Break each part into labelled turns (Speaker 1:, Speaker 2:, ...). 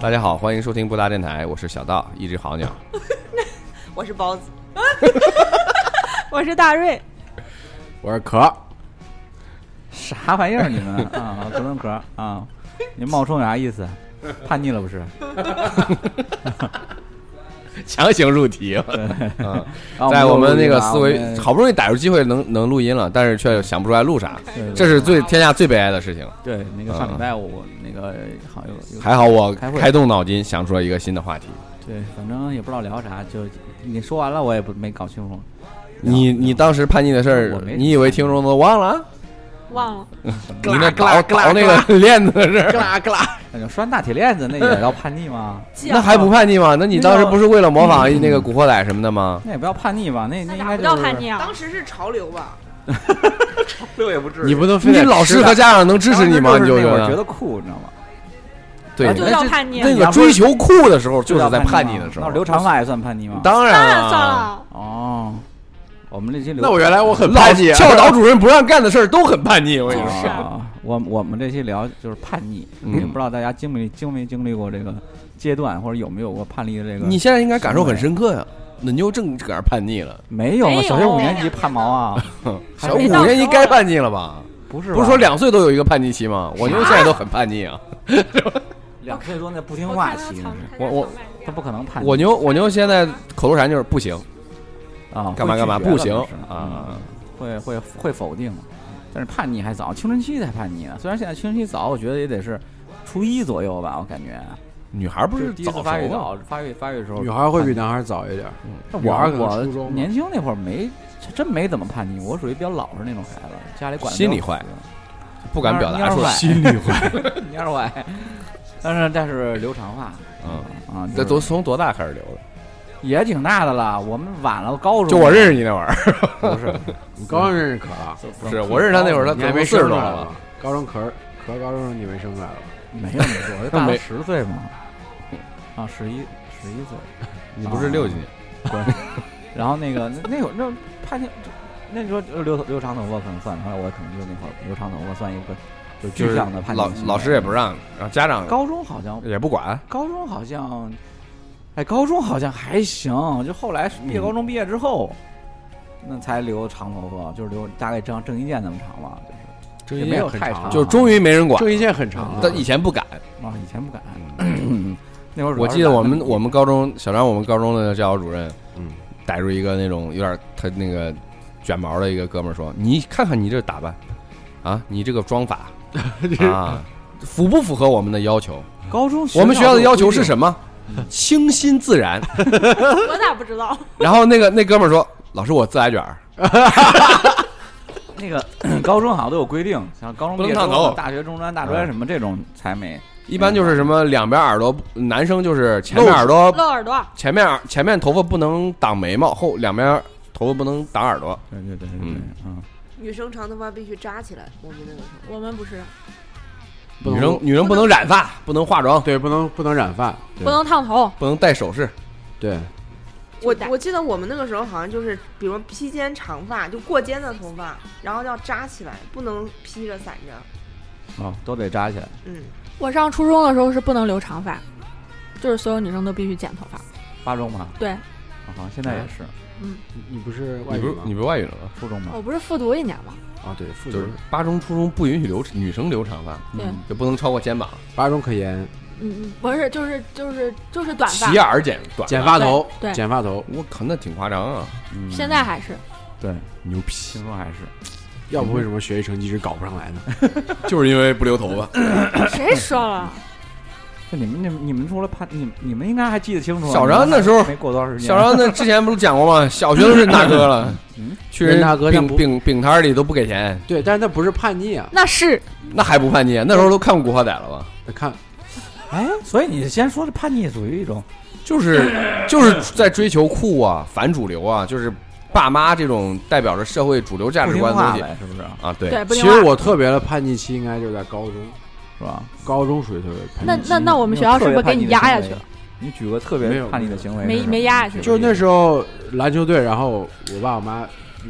Speaker 1: 大家好，欢迎收听布达电台，我是小道，一只好 鸟。
Speaker 2: 我是包子，
Speaker 3: 我是大瑞，
Speaker 4: 我是壳。啥玩意儿你们啊？格伦壳啊，你冒充有啥意思？叛逆了不是？
Speaker 1: 强行入题， 嗯，
Speaker 4: 啊
Speaker 1: 在我们那个思维，好不容易逮住机会能能录音了，但是却想不出来录啥，这是最天下最悲哀的事情。
Speaker 4: 对那个上礼拜我那个好像有有
Speaker 1: 还好我
Speaker 4: 开会
Speaker 1: 开动脑筋想出了一个新的话题。
Speaker 4: 对，反正也不知道聊啥，就你说完了我也不没搞清楚。
Speaker 1: 你你当时叛逆的事
Speaker 4: 我
Speaker 1: 儿，
Speaker 4: 没
Speaker 1: 你以为听众都忘了？
Speaker 3: 忘了
Speaker 1: 你那搞搞那个链子的事 儿，
Speaker 4: 啦嘎 啦，那就拴大铁链子那也要叛逆吗？
Speaker 1: 那还不叛逆吗？那你当时不是为了模仿那个古惑仔什么的吗？
Speaker 4: 那也不要叛逆吧？那那应该
Speaker 3: 不
Speaker 4: 就
Speaker 3: 叫
Speaker 4: 是
Speaker 3: 叛逆啊
Speaker 2: 当！时是潮流吧？
Speaker 5: 你不能非
Speaker 1: 你
Speaker 5: 得
Speaker 1: 老师和家长能支持你吗？
Speaker 4: 当
Speaker 1: 你
Speaker 4: 时就
Speaker 1: 就是觉
Speaker 4: 那会儿觉
Speaker 1: 得
Speaker 4: 得酷，你知道吗？
Speaker 1: 对，
Speaker 3: 就叫叛逆
Speaker 1: 那个追求酷的时候，就是在叛逆的时
Speaker 4: 那
Speaker 1: 候
Speaker 4: 我。留长发也算叛逆吗？
Speaker 1: 当
Speaker 3: 当
Speaker 1: 然啊
Speaker 3: 然算。了，
Speaker 4: 哦，我们这些留
Speaker 5: 那我原来我很
Speaker 1: 老
Speaker 5: 叛逆啊，
Speaker 1: 教导主任不让干的事儿都很叛逆，我跟你说。
Speaker 4: 啊，我我们这些聊就是叛逆，
Speaker 1: 嗯
Speaker 4: 也不知道大家经没经没经历过这个阶段，或者有没有过叛逆的这个？
Speaker 1: 你现在应该感受很深刻呀、那你又正赶上叛逆了，
Speaker 4: 没有
Speaker 3: 没
Speaker 4: 啊？
Speaker 3: 有
Speaker 4: 小学五年级叛毛 啊？
Speaker 1: 小五年
Speaker 5: 啊
Speaker 1: 级该叛逆了吧？
Speaker 4: 不是吧，
Speaker 1: 不是说两岁都有一个叛逆期吗？我妞现在都很叛逆啊。
Speaker 4: 两岁多那不听
Speaker 3: 我
Speaker 4: 话
Speaker 3: 看到
Speaker 4: 期
Speaker 3: 藏
Speaker 4: 那是，
Speaker 3: 他
Speaker 1: 我我
Speaker 3: 在藏外面
Speaker 4: 他不可能
Speaker 5: 啊
Speaker 4: 叛逆
Speaker 1: 我妞我妞现在口头禅就是不行，
Speaker 4: 啊，
Speaker 1: 干嘛干嘛
Speaker 4: 会拒绝
Speaker 1: 不行
Speaker 4: 了就是嗯
Speaker 1: 啊，
Speaker 4: 会会会否定，但是叛逆还早，青春期才叛逆呢。虽然现在青春期早，我觉得也得是初一左右吧，我感觉。
Speaker 1: 女孩不
Speaker 4: 就是第一次
Speaker 1: 早
Speaker 4: 发育
Speaker 1: 熟啊
Speaker 4: 早，发育发育的时候，
Speaker 5: 女孩会比男孩早一点儿，
Speaker 4: 我
Speaker 1: 嗯
Speaker 5: 女孩可能初
Speaker 4: 我
Speaker 5: 中吧啊
Speaker 4: 年轻那会儿没真没怎么叛逆，我属于比较老实那种孩子，家里管得比较
Speaker 1: 心里坏
Speaker 4: 死
Speaker 1: 不敢表达
Speaker 4: 蔫儿
Speaker 1: 出来
Speaker 4: 坏。
Speaker 5: 心里话。
Speaker 4: 你二歪，但是但是留长发
Speaker 1: 嗯，
Speaker 4: 啊，
Speaker 1: 这
Speaker 4: 就
Speaker 1: 都
Speaker 4: 是
Speaker 1: 从多大开始留的？
Speaker 4: 也挺大的了。我们晚了
Speaker 5: 啊
Speaker 4: 高中，
Speaker 1: 就我认识你那会儿，
Speaker 4: 不是
Speaker 5: 你高中认识可，啊
Speaker 4: 不
Speaker 1: 是我认识他那会儿，他
Speaker 5: 你还没
Speaker 1: 四十
Speaker 5: 生出
Speaker 1: 多
Speaker 5: 来
Speaker 1: 了吧？
Speaker 5: 吧？高中壳壳高中时候你没生出来吧？
Speaker 4: 没有那么多，我就大
Speaker 1: 没
Speaker 4: 了十岁嘛， 啊，十一十一岁。
Speaker 1: 你不是六几年？
Speaker 4: 然后那个那那会儿那叛逆，那你说留头留长头发可能算，后来我可能就那会儿留长头发算一个就
Speaker 1: 就是
Speaker 4: 具象的叛逆
Speaker 1: 老
Speaker 4: 行为
Speaker 1: 老师也不让，然后家长
Speaker 4: 高中好像
Speaker 1: 也不管。
Speaker 4: 高中好像，哎，高中好像还行，就后来
Speaker 5: 嗯
Speaker 4: 毕业高中毕业之后，那才留长头发，就是留大概张郑伊健那么长吧，就是
Speaker 5: 郑
Speaker 4: 也啊
Speaker 5: 伊
Speaker 4: 没
Speaker 5: 健
Speaker 4: 有
Speaker 5: 很
Speaker 4: 太
Speaker 5: 长
Speaker 4: 长，
Speaker 1: 就终于没人管，
Speaker 5: 郑伊健很长啊，
Speaker 1: 但以前不敢。
Speaker 4: 啊，以前不敢。
Speaker 5: 嗯
Speaker 4: 那会儿主
Speaker 1: 我
Speaker 4: 要是
Speaker 1: 记得我
Speaker 4: 懒
Speaker 1: 们
Speaker 4: 得
Speaker 1: 我们高中小张我们高中的教导主任，
Speaker 5: 嗯，
Speaker 1: 逮住一个那种有点他那个卷毛的一个哥们儿说：“你看看你这打扮，啊，你这个妆法啊，符不符合我们的要求？
Speaker 4: 高中
Speaker 1: 我们学校的要求是
Speaker 4: 么？
Speaker 1: 什么？清新自然。
Speaker 3: 我咋不知道？”
Speaker 1: 然后那个那哥们儿说：“老师，我自来卷儿。
Speaker 4: 那个 高中好像都有规定，像高中
Speaker 1: 不能
Speaker 4: 毕业之
Speaker 1: 烫
Speaker 4: 后
Speaker 1: 头
Speaker 4: 大学中专、大专
Speaker 1: 嗯
Speaker 4: 什么这种才没。”
Speaker 1: 一般就是什么两边耳朵，男生就是前面耳朵，
Speaker 3: 露耳朵，
Speaker 1: 前面耳前面头发不能挡眉毛，后两边头发不能挡耳朵。
Speaker 4: 对对对对对
Speaker 1: 嗯，
Speaker 4: 嗯，
Speaker 2: 女生长头发必须扎起来，我们那个时候。
Speaker 3: 我们不是，
Speaker 5: 不
Speaker 1: 女
Speaker 5: 能
Speaker 1: 生女生不能染发，不能化妆，
Speaker 5: 对不能不能染发，对
Speaker 3: 不能烫头，
Speaker 1: 不能戴首饰。
Speaker 5: 对，
Speaker 2: 我
Speaker 3: 就打
Speaker 2: 我记得我们那个时候好像就是，比如披肩长发，就过肩的头发，然后要扎起来，不能披着散着。
Speaker 4: 哦，都得扎起来。
Speaker 2: 嗯，
Speaker 3: 我上初中的时候是不能留长发，就是所有女生都必须剪头发。
Speaker 4: 八中嘛，
Speaker 3: 对，
Speaker 4: 啊好像现在也是
Speaker 5: 你你不是外
Speaker 1: 你
Speaker 5: 语
Speaker 1: 不是
Speaker 5: 吗？
Speaker 1: 你不是外语了吗？
Speaker 4: 初中嘛
Speaker 3: 我，不是复读一年嘛，
Speaker 5: 啊，对，复
Speaker 1: 就是
Speaker 5: 读
Speaker 1: 八中、初中不允许留女生留长发，
Speaker 3: 对
Speaker 4: 嗯
Speaker 1: 也不能超过肩膀，
Speaker 5: 八中可严，
Speaker 3: 嗯嗯，不是，就是就是就是短发
Speaker 1: 齐，耳剪短
Speaker 5: 剪发头，
Speaker 3: 对对
Speaker 5: 剪发头，
Speaker 1: 我靠，那挺夸张啊！
Speaker 4: 嗯
Speaker 3: 现在还是
Speaker 4: 对，
Speaker 1: 牛逼，
Speaker 4: 听说还是
Speaker 5: 要不为什么学习成绩一直搞不上 来呢？
Speaker 1: 就是因为不留头发。
Speaker 3: 谁说了？
Speaker 4: 就你们、你们、你们除了叛，你们你们应该还记得清楚啊。
Speaker 1: 小张那时候
Speaker 4: 没过多长时间，
Speaker 1: 小张那之前不是讲过 吗？小学都是大哥了
Speaker 4: 嗯，
Speaker 1: 去人
Speaker 5: 任大哥
Speaker 1: 饼
Speaker 5: 但不
Speaker 1: 饼饼摊儿里都不给钱，
Speaker 5: 对，但是那不是叛逆啊，
Speaker 3: 那是
Speaker 1: 那还不叛逆？啊那时候都看过《古惑仔》了吧？
Speaker 5: 那看
Speaker 4: 哎，所以你先说的叛逆属于一种
Speaker 1: 就是 就是在追求酷啊、反主流啊，就是爸妈这种代表着社会主流价
Speaker 4: 不
Speaker 1: 值
Speaker 4: 听
Speaker 1: 观的
Speaker 4: 话
Speaker 1: 东西
Speaker 4: 呗，是不是？
Speaker 1: 啊。对，
Speaker 3: 对，不
Speaker 5: 其
Speaker 3: 听
Speaker 5: 实
Speaker 3: 话。
Speaker 5: 我特别的叛逆期应该就是在高中，
Speaker 4: 是吧？
Speaker 5: 高中属于特别叛逆期。
Speaker 3: 那那那我们学校是不是给你压下去了？
Speaker 4: 你举个特
Speaker 5: 没
Speaker 4: 别
Speaker 5: 有
Speaker 4: 叛逆的行为是
Speaker 3: 没
Speaker 4: 什么，
Speaker 3: 没压下去
Speaker 5: 就是那时候篮球队，然后我爸我妈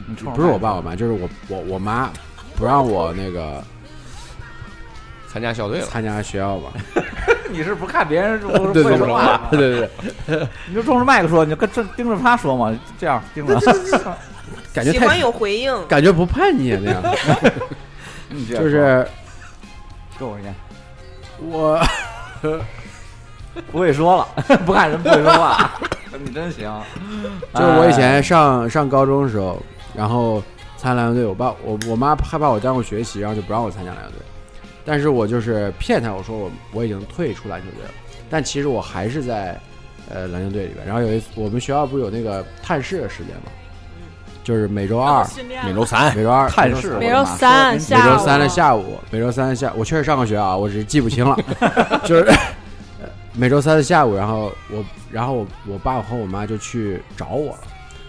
Speaker 4: 你冲着
Speaker 5: 不是我爸我妈，就是我我我妈不让我那个
Speaker 1: 参加校队 了，
Speaker 5: 参加学校吧，
Speaker 4: 你是不看别人不
Speaker 5: 对，
Speaker 4: 会
Speaker 5: 怎
Speaker 4: 说
Speaker 5: 么
Speaker 4: 话吗
Speaker 5: 啊了？？对对对，
Speaker 4: 你就冲着麦克说，你就跟正盯着他说嘛，这样盯着。
Speaker 5: 感觉
Speaker 2: 喜欢
Speaker 5: 太
Speaker 2: 有回应，
Speaker 5: 感觉不叛逆那
Speaker 1: 啊
Speaker 5: 样，
Speaker 4: 你这样说
Speaker 5: 就是
Speaker 4: 跟我一样，
Speaker 5: 我
Speaker 1: 哎
Speaker 4: 不会说了， 不看人不会说话， 你真行。
Speaker 5: 就是我以前上上高中的时候，然后参加篮球队，我爸我我妈害怕我耽误学习，然后就不让我参加篮球队。但是我就是骗她，我说我我已经退出篮球队了，但其实我还是在呃篮球队里边。然后有一次我们学校不是有那个探视的时间嘛，
Speaker 2: 嗯
Speaker 5: 就是每周二、
Speaker 3: 训练
Speaker 1: 每周三
Speaker 5: 每周二
Speaker 4: 探视，
Speaker 3: 每周三
Speaker 5: 每
Speaker 3: 下
Speaker 5: 周
Speaker 3: 午啊
Speaker 5: 三的下午，每周三的下，我确实上过学啊，我只是记 不清了，就是 呃每周三的下午，然后我，然后我我爸和我妈就去找我了，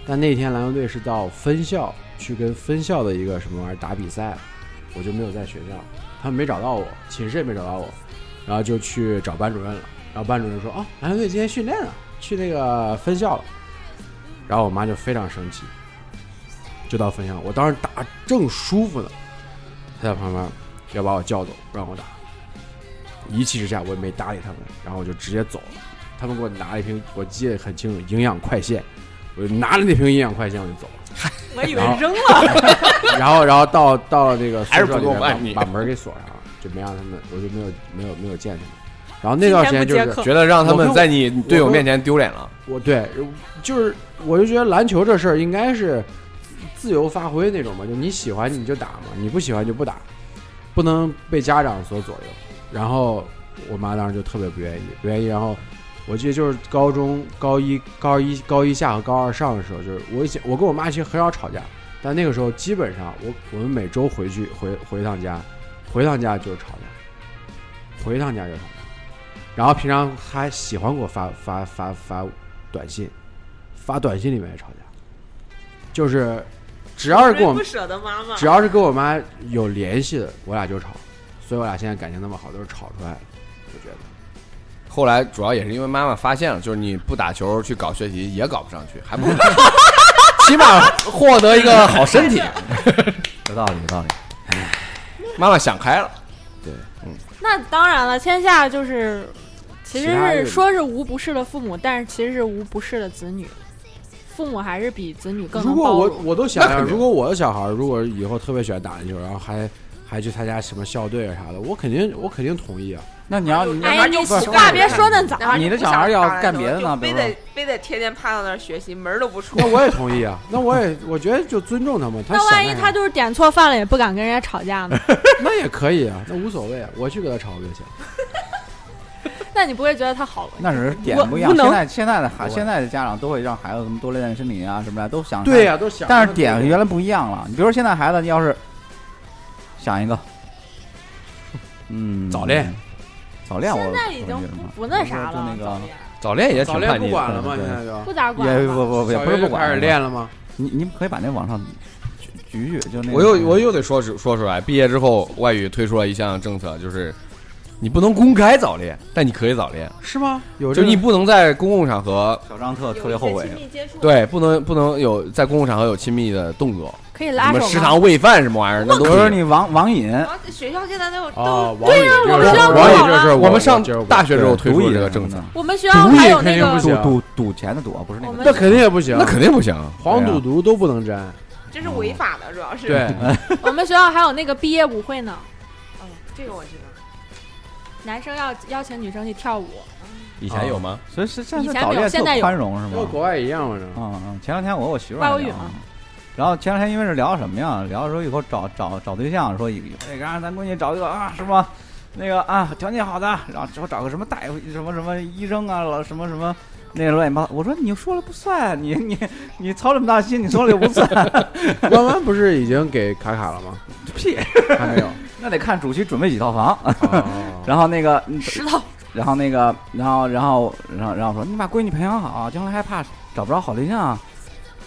Speaker 5: 但那天篮球队是到分校去跟分校的一个什么玩意儿打比赛，我就没有在学校，他们没找到我，寝室也没找到我，然后就去找班主任了，然后班主任说哦，篮球队今天训练了，去那个分校了，然后我妈就非常生气。就到分校，我当时打正舒服呢，他在旁边要把我叫走，不让我打。一气之下，我也没搭理他们，然后我就直接走了。他们给我拿了一瓶，我记得很清楚，营养快线，我就拿了那瓶营养快线我就走了。
Speaker 3: 我以
Speaker 5: 为然后
Speaker 3: 扔了，
Speaker 5: 然后， 然后到到了那个宿
Speaker 1: 还是
Speaker 5: 舍
Speaker 1: 不
Speaker 5: 里
Speaker 1: 够
Speaker 5: 面把
Speaker 1: 办你
Speaker 5: 把门给锁上了，就没让他们，我就没有没有没有见他们。然后那段时间就
Speaker 3: 今天不接
Speaker 5: 是
Speaker 3: 客
Speaker 1: 觉得让他们在你队友
Speaker 5: 我
Speaker 1: 面前丢脸了。
Speaker 5: 我对，就是我就觉得篮球这事儿应该是自由发挥那种嘛，就你喜欢你就打嘛，你不喜欢就不打，不能被家长所左右。然后我妈当时就特别不愿意，不愿意。然后我记得就是高中高一、高一、高一下和高二上的时候，就是我以前我跟我妈其实很少吵架，但那个时候基本上我我们每周回去回回趟家，回趟家就是吵架，回趟家就吵架。然后平常她喜欢给我发发发发短信，发短信里面也吵架，就是只要是跟我
Speaker 2: 不舍得妈妈
Speaker 5: 只，要是跟我妈有联系的，我俩就吵，所以我俩现在感情那么好，都是吵出来的。我觉得
Speaker 1: 后来主要也是因为妈妈发现了，就是你不打球去搞学习也搞不上去，还 不如起码获得一个好身 体。
Speaker 4: 有道理，有道理。
Speaker 1: 妈妈想开了，
Speaker 3: 那当然了，天下就是，其实
Speaker 5: 其他
Speaker 3: 是
Speaker 5: 人
Speaker 3: 说是无不是的父母，但是其实是无不是的子女。父母还是比子女更
Speaker 5: 如
Speaker 3: 能
Speaker 5: 果
Speaker 3: 包
Speaker 5: 我
Speaker 3: 容。
Speaker 5: 我都想
Speaker 1: 那
Speaker 5: 想，
Speaker 1: 肯定
Speaker 5: 如果我的小孩儿如果以后特别喜欢打篮球，然后还还去参加什么校队啊啥的，我肯定我肯定同意啊。
Speaker 4: 那你要
Speaker 3: 哎
Speaker 4: 你
Speaker 3: 呀，
Speaker 2: 那
Speaker 3: 你
Speaker 2: 就不
Speaker 3: 话别说那早，
Speaker 2: 然后
Speaker 4: 你的
Speaker 2: 不想
Speaker 4: 小孩要
Speaker 2: 打篮
Speaker 4: 干
Speaker 2: 球
Speaker 4: 别的呢
Speaker 2: 就
Speaker 4: 比
Speaker 2: 非
Speaker 4: 如
Speaker 2: 得非得天天趴到那儿学习，门儿都不出
Speaker 5: 那。我也同意啊，那我也我觉得就尊重他们。他
Speaker 3: 那万一
Speaker 5: 想干啥
Speaker 3: 他就是点错饭了，也不敢跟人家吵架 呢？
Speaker 5: 那也可以啊，那无所谓啊，我去给他吵不就行？
Speaker 3: 那你不会觉得他好了？
Speaker 4: 那只是点不一样。
Speaker 3: 我无能
Speaker 4: 现在现在的孩
Speaker 5: 我
Speaker 4: 现在的家长都会让孩子什么多练练身体啊什么的，都想
Speaker 5: 对呀、都想。
Speaker 4: 但是点原来不一样了。你比如说现在孩子要是想一个，嗯，
Speaker 1: 早恋，
Speaker 4: 早恋我
Speaker 3: 现在已经不不那啥了，
Speaker 4: 就那个
Speaker 1: 早
Speaker 3: 早恋
Speaker 1: 恋也挺
Speaker 5: 早恋
Speaker 1: 叛
Speaker 5: 不
Speaker 1: 逆的。
Speaker 5: 管了吗？
Speaker 4: 对
Speaker 5: 现
Speaker 4: 对
Speaker 5: 在就
Speaker 3: 不咋管
Speaker 4: 也
Speaker 3: 了吧。
Speaker 4: 不不不也
Speaker 5: 小
Speaker 4: 不是
Speaker 5: 学
Speaker 4: 不
Speaker 5: 就
Speaker 4: 管
Speaker 5: 开始练了吗？
Speaker 4: 你你们可以把那往上举举举，就那
Speaker 1: 我又我又得说出说出来，毕业之后外语推出了一项政策，就是你不能公开早恋，但你可以早恋，
Speaker 5: 是吗？有
Speaker 1: 就
Speaker 5: 这
Speaker 1: 是
Speaker 5: 个
Speaker 1: 你不能在公共场合，
Speaker 4: 小张特
Speaker 2: 有
Speaker 4: 特别
Speaker 2: 一
Speaker 4: 后
Speaker 2: 些
Speaker 4: 悔
Speaker 2: 亲，密接触，
Speaker 1: 对，不能不能有在公共场合有亲密的动作，
Speaker 3: 可以
Speaker 1: 什
Speaker 3: 拉
Speaker 1: 么
Speaker 3: 手
Speaker 1: 食
Speaker 3: 吗？
Speaker 1: 堂喂饭什么玩意儿，那
Speaker 4: 比
Speaker 1: 都
Speaker 4: 如说
Speaker 1: 是。
Speaker 4: 你网网瘾，
Speaker 2: 然后学校现在都有
Speaker 5: 哦
Speaker 2: 都，
Speaker 5: 王宇这
Speaker 3: 我
Speaker 5: 个
Speaker 3: 知
Speaker 5: 事
Speaker 3: 道我
Speaker 5: 儿，王
Speaker 3: 好
Speaker 5: 宇这
Speaker 3: 了
Speaker 5: 事儿
Speaker 1: 我们上
Speaker 5: 接受不了
Speaker 1: 大学之后推
Speaker 4: 毒
Speaker 1: 出
Speaker 4: 瘾
Speaker 1: 了这个
Speaker 4: 什么
Speaker 1: 政策
Speaker 4: 的，
Speaker 3: 我们学校还有那个
Speaker 5: 毒液肯定不行
Speaker 4: 赌赌赌钱的赌，不是那
Speaker 3: 我
Speaker 4: 个
Speaker 3: 们
Speaker 5: 那肯定也不行，
Speaker 1: 那肯定不行。
Speaker 5: 黄赌毒都不能沾。
Speaker 2: 这是违法的，主要是。
Speaker 5: 对，
Speaker 3: 我们学校还有那个毕业舞会呢，
Speaker 2: 哦，这个我知道。
Speaker 3: 男生要邀请女生去跳舞，
Speaker 1: 以
Speaker 5: 前有
Speaker 1: 吗？
Speaker 4: 所以是现
Speaker 3: 以
Speaker 4: 在
Speaker 3: 前
Speaker 4: 早
Speaker 3: 没有
Speaker 4: 恋特
Speaker 3: 现在有
Speaker 4: 宽容是
Speaker 5: 跟
Speaker 4: 吗？
Speaker 5: 国外一样，反正
Speaker 4: 嗯嗯，前两天我和我媳妇儿
Speaker 3: 外
Speaker 4: 还
Speaker 3: 国
Speaker 4: 聊
Speaker 3: 语
Speaker 4: 呢
Speaker 3: 嘛
Speaker 4: 然后前两天因为是聊什么呀？聊说以后找找找对象，说以那个啊，咱闺女找一个啊什么，那个啊条件好的，然后之后找个什么大夫什么什么医生啊，老什么什么那个乱七八糟。我说你说了不算，你 你你操这么大心，你说了也不算
Speaker 5: 弯弯不是已经给卡卡了吗？
Speaker 4: 屁，
Speaker 5: 还没有。
Speaker 4: 那得看主席准备几套房。
Speaker 5: 哦
Speaker 4: 然后那个，嗯
Speaker 3: 石头
Speaker 4: 然后那个，然后然后然后然后说你把闺女培养好，将来还怕找不着好对象啊。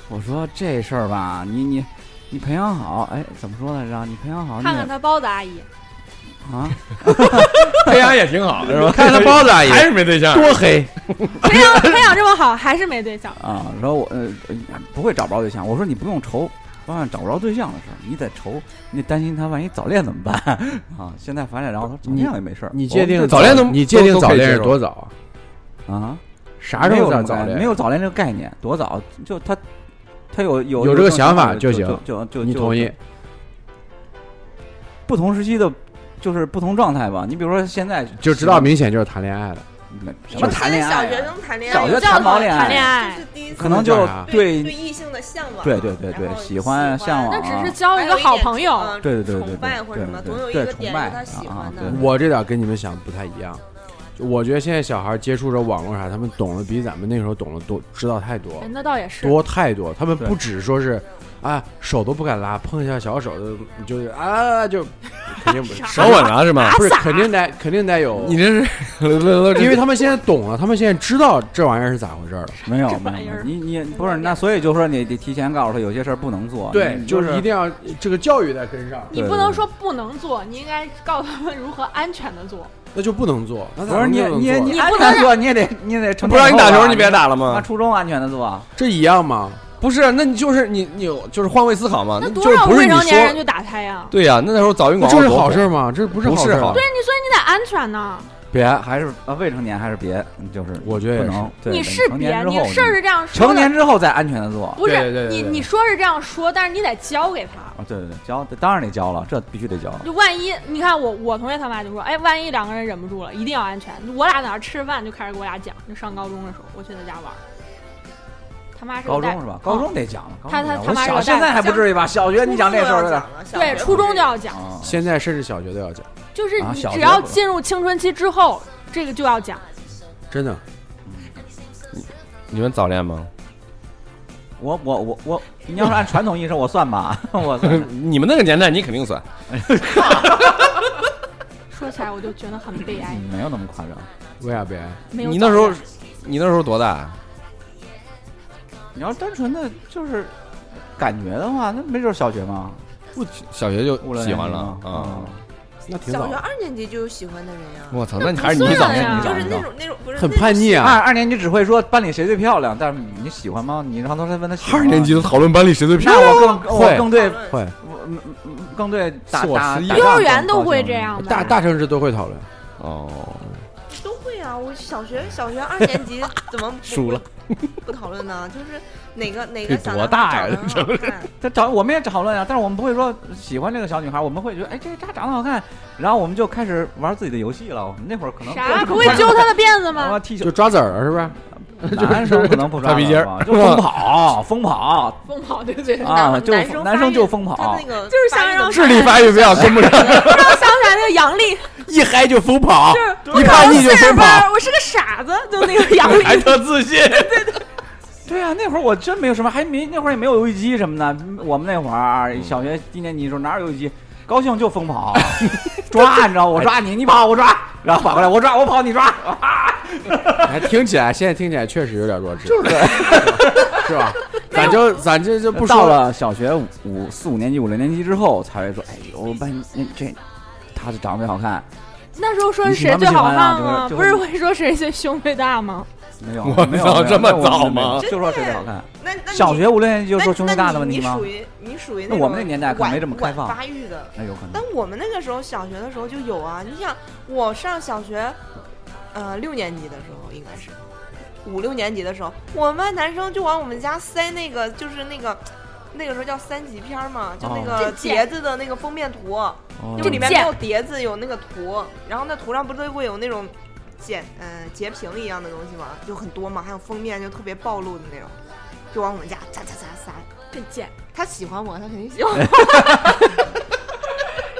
Speaker 4: 我说这事儿吧，你你你培养好，哎，怎么说来着？你培养好，你也
Speaker 3: 看看他包子阿姨，
Speaker 4: 啊，
Speaker 1: 培养也挺好，是吧？
Speaker 5: 看他包子阿 姨
Speaker 1: 还是没对象，
Speaker 5: 多黑，
Speaker 3: 培
Speaker 4: 哦
Speaker 3: 养培养这么好，还是没对象。
Speaker 4: 啊，然后我呃呃不会找不着对象，我说你不用愁，万万找不着对象的事儿，你得愁，你得担心他万一早恋怎么办啊？现在反正然后他说早恋也没事儿，
Speaker 5: 你界定
Speaker 1: 早恋都
Speaker 5: 你界定
Speaker 1: 都都
Speaker 5: 早
Speaker 1: 可以
Speaker 5: 恋是
Speaker 1: 接受
Speaker 5: 多早啊？
Speaker 4: 啊，
Speaker 5: 啥时
Speaker 4: 没有
Speaker 5: 候
Speaker 4: 这
Speaker 5: 叫
Speaker 4: 么
Speaker 5: 早
Speaker 4: 概
Speaker 5: 恋？
Speaker 4: 念没有早恋这个概念，多早就他他有有
Speaker 5: 有这个想法
Speaker 4: 就
Speaker 5: 就行
Speaker 4: 就就
Speaker 5: 你
Speaker 4: 就
Speaker 5: 同意
Speaker 4: 就？不同时期的就是不同状态吧。你比如说现在
Speaker 5: 就知道明显就是谈恋爱的，
Speaker 4: 没
Speaker 2: 你
Speaker 4: 什么
Speaker 2: 们
Speaker 4: 谈恋爱啊，
Speaker 2: 小学生谈恋爱，
Speaker 4: 小学
Speaker 3: 有
Speaker 4: 谈毛
Speaker 3: 教
Speaker 4: 恋
Speaker 3: 谈
Speaker 4: 爱
Speaker 3: 恋爱
Speaker 2: 就是第一次
Speaker 4: 可能就
Speaker 5: 那叫啥
Speaker 2: 对
Speaker 4: 对
Speaker 2: 对异性的向往，
Speaker 4: 对对对对
Speaker 2: 然后嗯
Speaker 4: 喜欢向往
Speaker 3: 那
Speaker 4: 啊
Speaker 3: 只是交一个嗯好朋友，
Speaker 4: 对对对对
Speaker 2: 崇拜或者什么，
Speaker 4: 对
Speaker 2: 总
Speaker 4: 对
Speaker 2: 有一
Speaker 4: 对
Speaker 2: 个
Speaker 4: 崇
Speaker 2: 点
Speaker 4: 拜
Speaker 2: 是他喜
Speaker 4: 啊啊
Speaker 2: 欢的
Speaker 4: 对。
Speaker 5: 我这点跟你们想不太一样。就我觉得现在小孩接触着网络啥，他们懂的比咱们那时候懂的多，知道太多
Speaker 3: 哎，那倒也是。
Speaker 5: 多太多。他们
Speaker 4: 对
Speaker 5: 不只说是啊，手都不敢拉，碰一下小手都就是啊，就肯定不是
Speaker 1: 舌吻了是 吗？
Speaker 5: 不是肯定得肯定得有，
Speaker 1: 你这是， 因
Speaker 5: 因
Speaker 1: 为
Speaker 5: 为他们现在懂了，他们现在知道这玩意儿是咋回事儿了。
Speaker 4: 没有
Speaker 3: 这玩
Speaker 4: 没
Speaker 3: 意
Speaker 4: 有，
Speaker 3: 儿
Speaker 4: 你你不是那，所以就说你得提前告诉他有些事儿不能做，
Speaker 5: 对，
Speaker 4: 你
Speaker 5: 就
Speaker 4: 就是
Speaker 5: 一定要这个教育得跟上，
Speaker 3: 你不能说不能做，你应该告诉他们如何安全的做。
Speaker 5: 那就不能做。那
Speaker 4: 不是
Speaker 5: 咱们
Speaker 4: 你
Speaker 5: 就能
Speaker 4: 你
Speaker 5: 做
Speaker 4: 你
Speaker 3: 你
Speaker 4: 安
Speaker 3: 不能
Speaker 4: 全做，你也得你也得成
Speaker 1: 不让你打球，你别
Speaker 4: 打，
Speaker 1: 打了
Speaker 4: 那
Speaker 1: 吗？
Speaker 4: 初中安全的做，
Speaker 5: 这一样吗？
Speaker 1: 不是，那你就是你你有就是换位思考嘛，就
Speaker 3: 多
Speaker 1: 是
Speaker 3: 少
Speaker 1: 不是
Speaker 3: 未
Speaker 1: 你
Speaker 3: 成年人
Speaker 1: 说
Speaker 3: 就打胎呀？
Speaker 1: 对呀？那时候早孕
Speaker 5: 那
Speaker 1: 广
Speaker 5: 这
Speaker 1: 告
Speaker 5: 是
Speaker 1: 多
Speaker 5: 好事
Speaker 1: 火
Speaker 5: 儿吗？这不是
Speaker 1: 不
Speaker 5: 好
Speaker 1: 是
Speaker 5: 事儿
Speaker 1: 好
Speaker 5: 啊
Speaker 1: 事
Speaker 3: 对，你所以你得安全呐。
Speaker 4: 别还是啊未成年还是别，就是
Speaker 5: 我觉得也
Speaker 4: 不
Speaker 5: 是
Speaker 4: 能，对
Speaker 3: 你
Speaker 4: 等
Speaker 3: 是
Speaker 4: 成
Speaker 3: 别，
Speaker 4: 年之
Speaker 3: 你
Speaker 4: 后
Speaker 3: 事儿是这样说
Speaker 4: 成年
Speaker 3: 的，
Speaker 4: 之后再安全的做，
Speaker 3: 不
Speaker 1: 对对对
Speaker 3: 是你
Speaker 1: 对
Speaker 3: 你说是这样说，但是你得教给他。
Speaker 4: 啊，对对对，交当然得交了，这必须得交。
Speaker 3: 就万一你看我，我同学他妈就说，哎，万一两个人忍不住了，一定要安全。我俩在那儿吃饭就开始给我俩讲，就上高中的时候，我去他家玩儿，他妈是
Speaker 4: 高
Speaker 3: 个带啊
Speaker 4: 中是吧？高中得讲了，高中
Speaker 3: 他
Speaker 4: 得讲
Speaker 3: 他他
Speaker 4: 我
Speaker 3: 妈是
Speaker 4: 小
Speaker 3: 个
Speaker 4: 现
Speaker 3: 带
Speaker 4: 在还不至于吧？小学你讲这事儿有点
Speaker 3: 对初中就要讲，
Speaker 4: 啊，
Speaker 5: 现在甚至小学都要讲，
Speaker 3: 就是
Speaker 4: 啊
Speaker 3: 你
Speaker 4: 小
Speaker 3: 只
Speaker 4: 学
Speaker 3: 要
Speaker 4: 不
Speaker 3: 进入青春期之后，这个就要讲。
Speaker 5: 真的。
Speaker 1: 你们早恋吗？
Speaker 4: 我我我我，你要是按传统意义上我算吧， 我算
Speaker 1: 你们那个年代，你肯定算。
Speaker 3: 说起来我就觉得很悲哀，
Speaker 4: 嗯没有那么夸张。
Speaker 5: 为啥别？
Speaker 3: 没有
Speaker 1: 你
Speaker 3: 早
Speaker 1: 那时候
Speaker 3: 恋，
Speaker 1: 你那时候多大？啊
Speaker 4: 你要单纯的就是感觉的话，那没准儿小学嘛，
Speaker 1: 不，小学就
Speaker 4: 五六年级
Speaker 1: 喜欢了
Speaker 4: 嘛
Speaker 1: 啊！
Speaker 5: 那挺
Speaker 2: 小
Speaker 5: 早
Speaker 2: 学。二年级就啊有喜欢的人呀，
Speaker 1: 我操，
Speaker 3: 那
Speaker 1: 那你
Speaker 3: 不
Speaker 1: 还是你
Speaker 3: 算
Speaker 1: 早
Speaker 3: 呀
Speaker 1: 恋。啊
Speaker 4: 嗯
Speaker 2: 就是那种那种不是
Speaker 5: 很叛逆
Speaker 4: 嗯
Speaker 5: 啊！
Speaker 4: 二二年级只会说班里谁最漂亮，但是你喜欢吗？你让他问他喜欢吗。
Speaker 1: 都讨论班里谁最
Speaker 4: 那我更
Speaker 5: 会
Speaker 4: 我更对
Speaker 2: 对
Speaker 5: 会
Speaker 4: 我嗯嗯更对打
Speaker 1: 自我
Speaker 4: 打
Speaker 1: 实验
Speaker 4: 打
Speaker 3: 幼儿
Speaker 4: 仗
Speaker 3: 园
Speaker 4: 更
Speaker 3: 都
Speaker 4: 高
Speaker 3: 会
Speaker 4: 兴啊
Speaker 3: 这样吧？
Speaker 5: 大大城市都会讨论，
Speaker 1: 哦，
Speaker 2: 都会啊。我小学小学二年 级怎么不
Speaker 1: 输了？
Speaker 2: 不讨论呢？就是哪个哪个
Speaker 1: 这
Speaker 2: 小
Speaker 1: 多
Speaker 2: 男孩
Speaker 1: 大呀
Speaker 2: 长得很好看
Speaker 4: 他找我们也讨论啊，但是我们不会说喜欢这个小女孩，我们会觉得哎这她长得好看，然后我们就开始玩自己的游戏了。我们那会儿可能
Speaker 3: 啥不会揪他的辫子吗？
Speaker 4: 啊踢球
Speaker 5: 就，抓子儿是不是？
Speaker 4: 男生可能不抓
Speaker 1: 跳皮筋儿
Speaker 4: 了吧就疯跑，疯跑
Speaker 3: 疯跑对不对？
Speaker 2: 就是
Speaker 4: 啊，
Speaker 2: 男
Speaker 4: 就
Speaker 2: 男生
Speaker 4: 男
Speaker 2: 发
Speaker 4: 生
Speaker 2: 育
Speaker 4: 就疯
Speaker 2: 他
Speaker 4: 跑
Speaker 2: 那，个
Speaker 3: 就是想
Speaker 2: 发育
Speaker 3: 让
Speaker 2: 的
Speaker 1: 智力发育比 较跟不上，
Speaker 3: 让我想起来那个杨丽，
Speaker 1: 一嗨就疯跑，
Speaker 3: 就是
Speaker 1: 一叛逆就
Speaker 3: 我考了40
Speaker 1: 疯跑哎
Speaker 3: 分儿我是个傻子，就那个杨 丽。
Speaker 1: 还特自信。
Speaker 4: 对啊，那会儿我真没有什么，还没那会儿也没有游戏机什么的。我们那会儿啊小学一年级的时候哪有游戏机？高兴就疯 跑，抓你知道吗我抓你，你跑我抓，然后反过来我抓我跑你抓，
Speaker 5: 哎，听起来现在听起来确实有点弱智，就是 是吧？咱就咱这就不
Speaker 4: 到
Speaker 5: 说了，
Speaker 4: 了小学五五四五年级、五六年级之后，才会说，哎呦，班那这他是长得最好看，
Speaker 3: 那时候说
Speaker 4: 你喜
Speaker 3: 谁
Speaker 4: 欢不
Speaker 3: 最
Speaker 4: 喜
Speaker 3: 好
Speaker 4: 欢啊
Speaker 3: 看吗？
Speaker 4: 这
Speaker 3: 不
Speaker 4: 个这
Speaker 3: 是
Speaker 4: 个
Speaker 3: 会说谁最胸最大吗？
Speaker 4: 没有，
Speaker 1: 我
Speaker 4: 没有
Speaker 1: 操
Speaker 4: 没有
Speaker 1: 这么
Speaker 4: 没有我们
Speaker 1: 早
Speaker 4: 没有
Speaker 1: 吗
Speaker 4: 就说谁最好看。
Speaker 2: 那那你
Speaker 4: 小学五六年级就
Speaker 2: 那
Speaker 4: 说胸
Speaker 2: 那
Speaker 4: 大
Speaker 2: 你
Speaker 4: 的问题吗
Speaker 2: 你属？于你属于
Speaker 4: 那
Speaker 2: 种
Speaker 4: 我们那年代可能没
Speaker 2: 晚
Speaker 4: 这么开放
Speaker 2: 晚发育的。
Speaker 4: 那有哎可能
Speaker 2: 但。我们那个时候小学的时候就有啊。你想，我上小学，呃，六年级的时候应该是五六年级的时候，我们班男生就往我们家塞那个，就是那个。那个时候叫三级片儿嘛，就那
Speaker 3: 这
Speaker 2: 个
Speaker 3: 贱
Speaker 2: 碟子的那个封面图，
Speaker 4: 哦
Speaker 2: 就里面没有碟子，有那个图，然后那图上不都会有那种剪嗯截屏一样的东西嘛，就很多嘛，还有封面就特别暴露的那种，就往我们家擦擦擦塞。
Speaker 3: 这贱，
Speaker 2: 他喜欢我，他肯定喜欢我。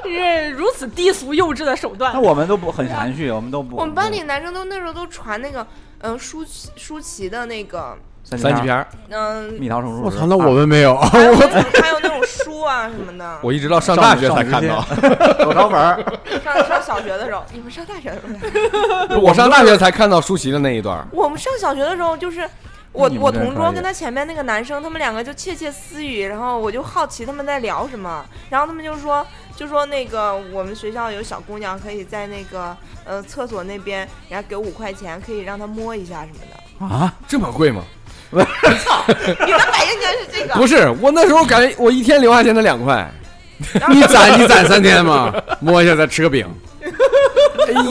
Speaker 3: 这如此低俗幼稚的手段
Speaker 4: 那。我们都不很含蓄，我们都不。
Speaker 2: 我们班里男生都那时候都传那个，嗯，舒淇舒淇的那个，
Speaker 4: 三
Speaker 1: 三级片，儿，
Speaker 2: 嗯，
Speaker 4: 蜜桃成熟时。
Speaker 5: 我操，那我们没有，
Speaker 1: 啊
Speaker 2: 还有那种还有那种书啊什么的。
Speaker 1: 我一直到上大学才看到，
Speaker 4: 手抄本儿，
Speaker 2: 上上小学的时候，你们上大学的时候，
Speaker 1: 我上大学才看到舒淇的那一段儿。
Speaker 2: 我们上小学的时候就是。我
Speaker 4: 你们
Speaker 2: 我
Speaker 4: 这
Speaker 2: 同
Speaker 4: 可
Speaker 2: 桌
Speaker 4: 以
Speaker 2: 跟他前面那个男生，他们两个就窃窃私语，然后我就好奇他们在聊什么，然后他们就说就说那个我们学校有小姑娘可以在那个呃厕所那边，然后给五块钱，可以让她摸一下什么的。
Speaker 4: 啊，
Speaker 1: 这么贵吗？
Speaker 2: 你的反应竟然是这个，
Speaker 1: 不是，我那时候感觉我一天零花钱才两 块，
Speaker 5: 你攒你攒三天嘛，摸一下再吃 个饼。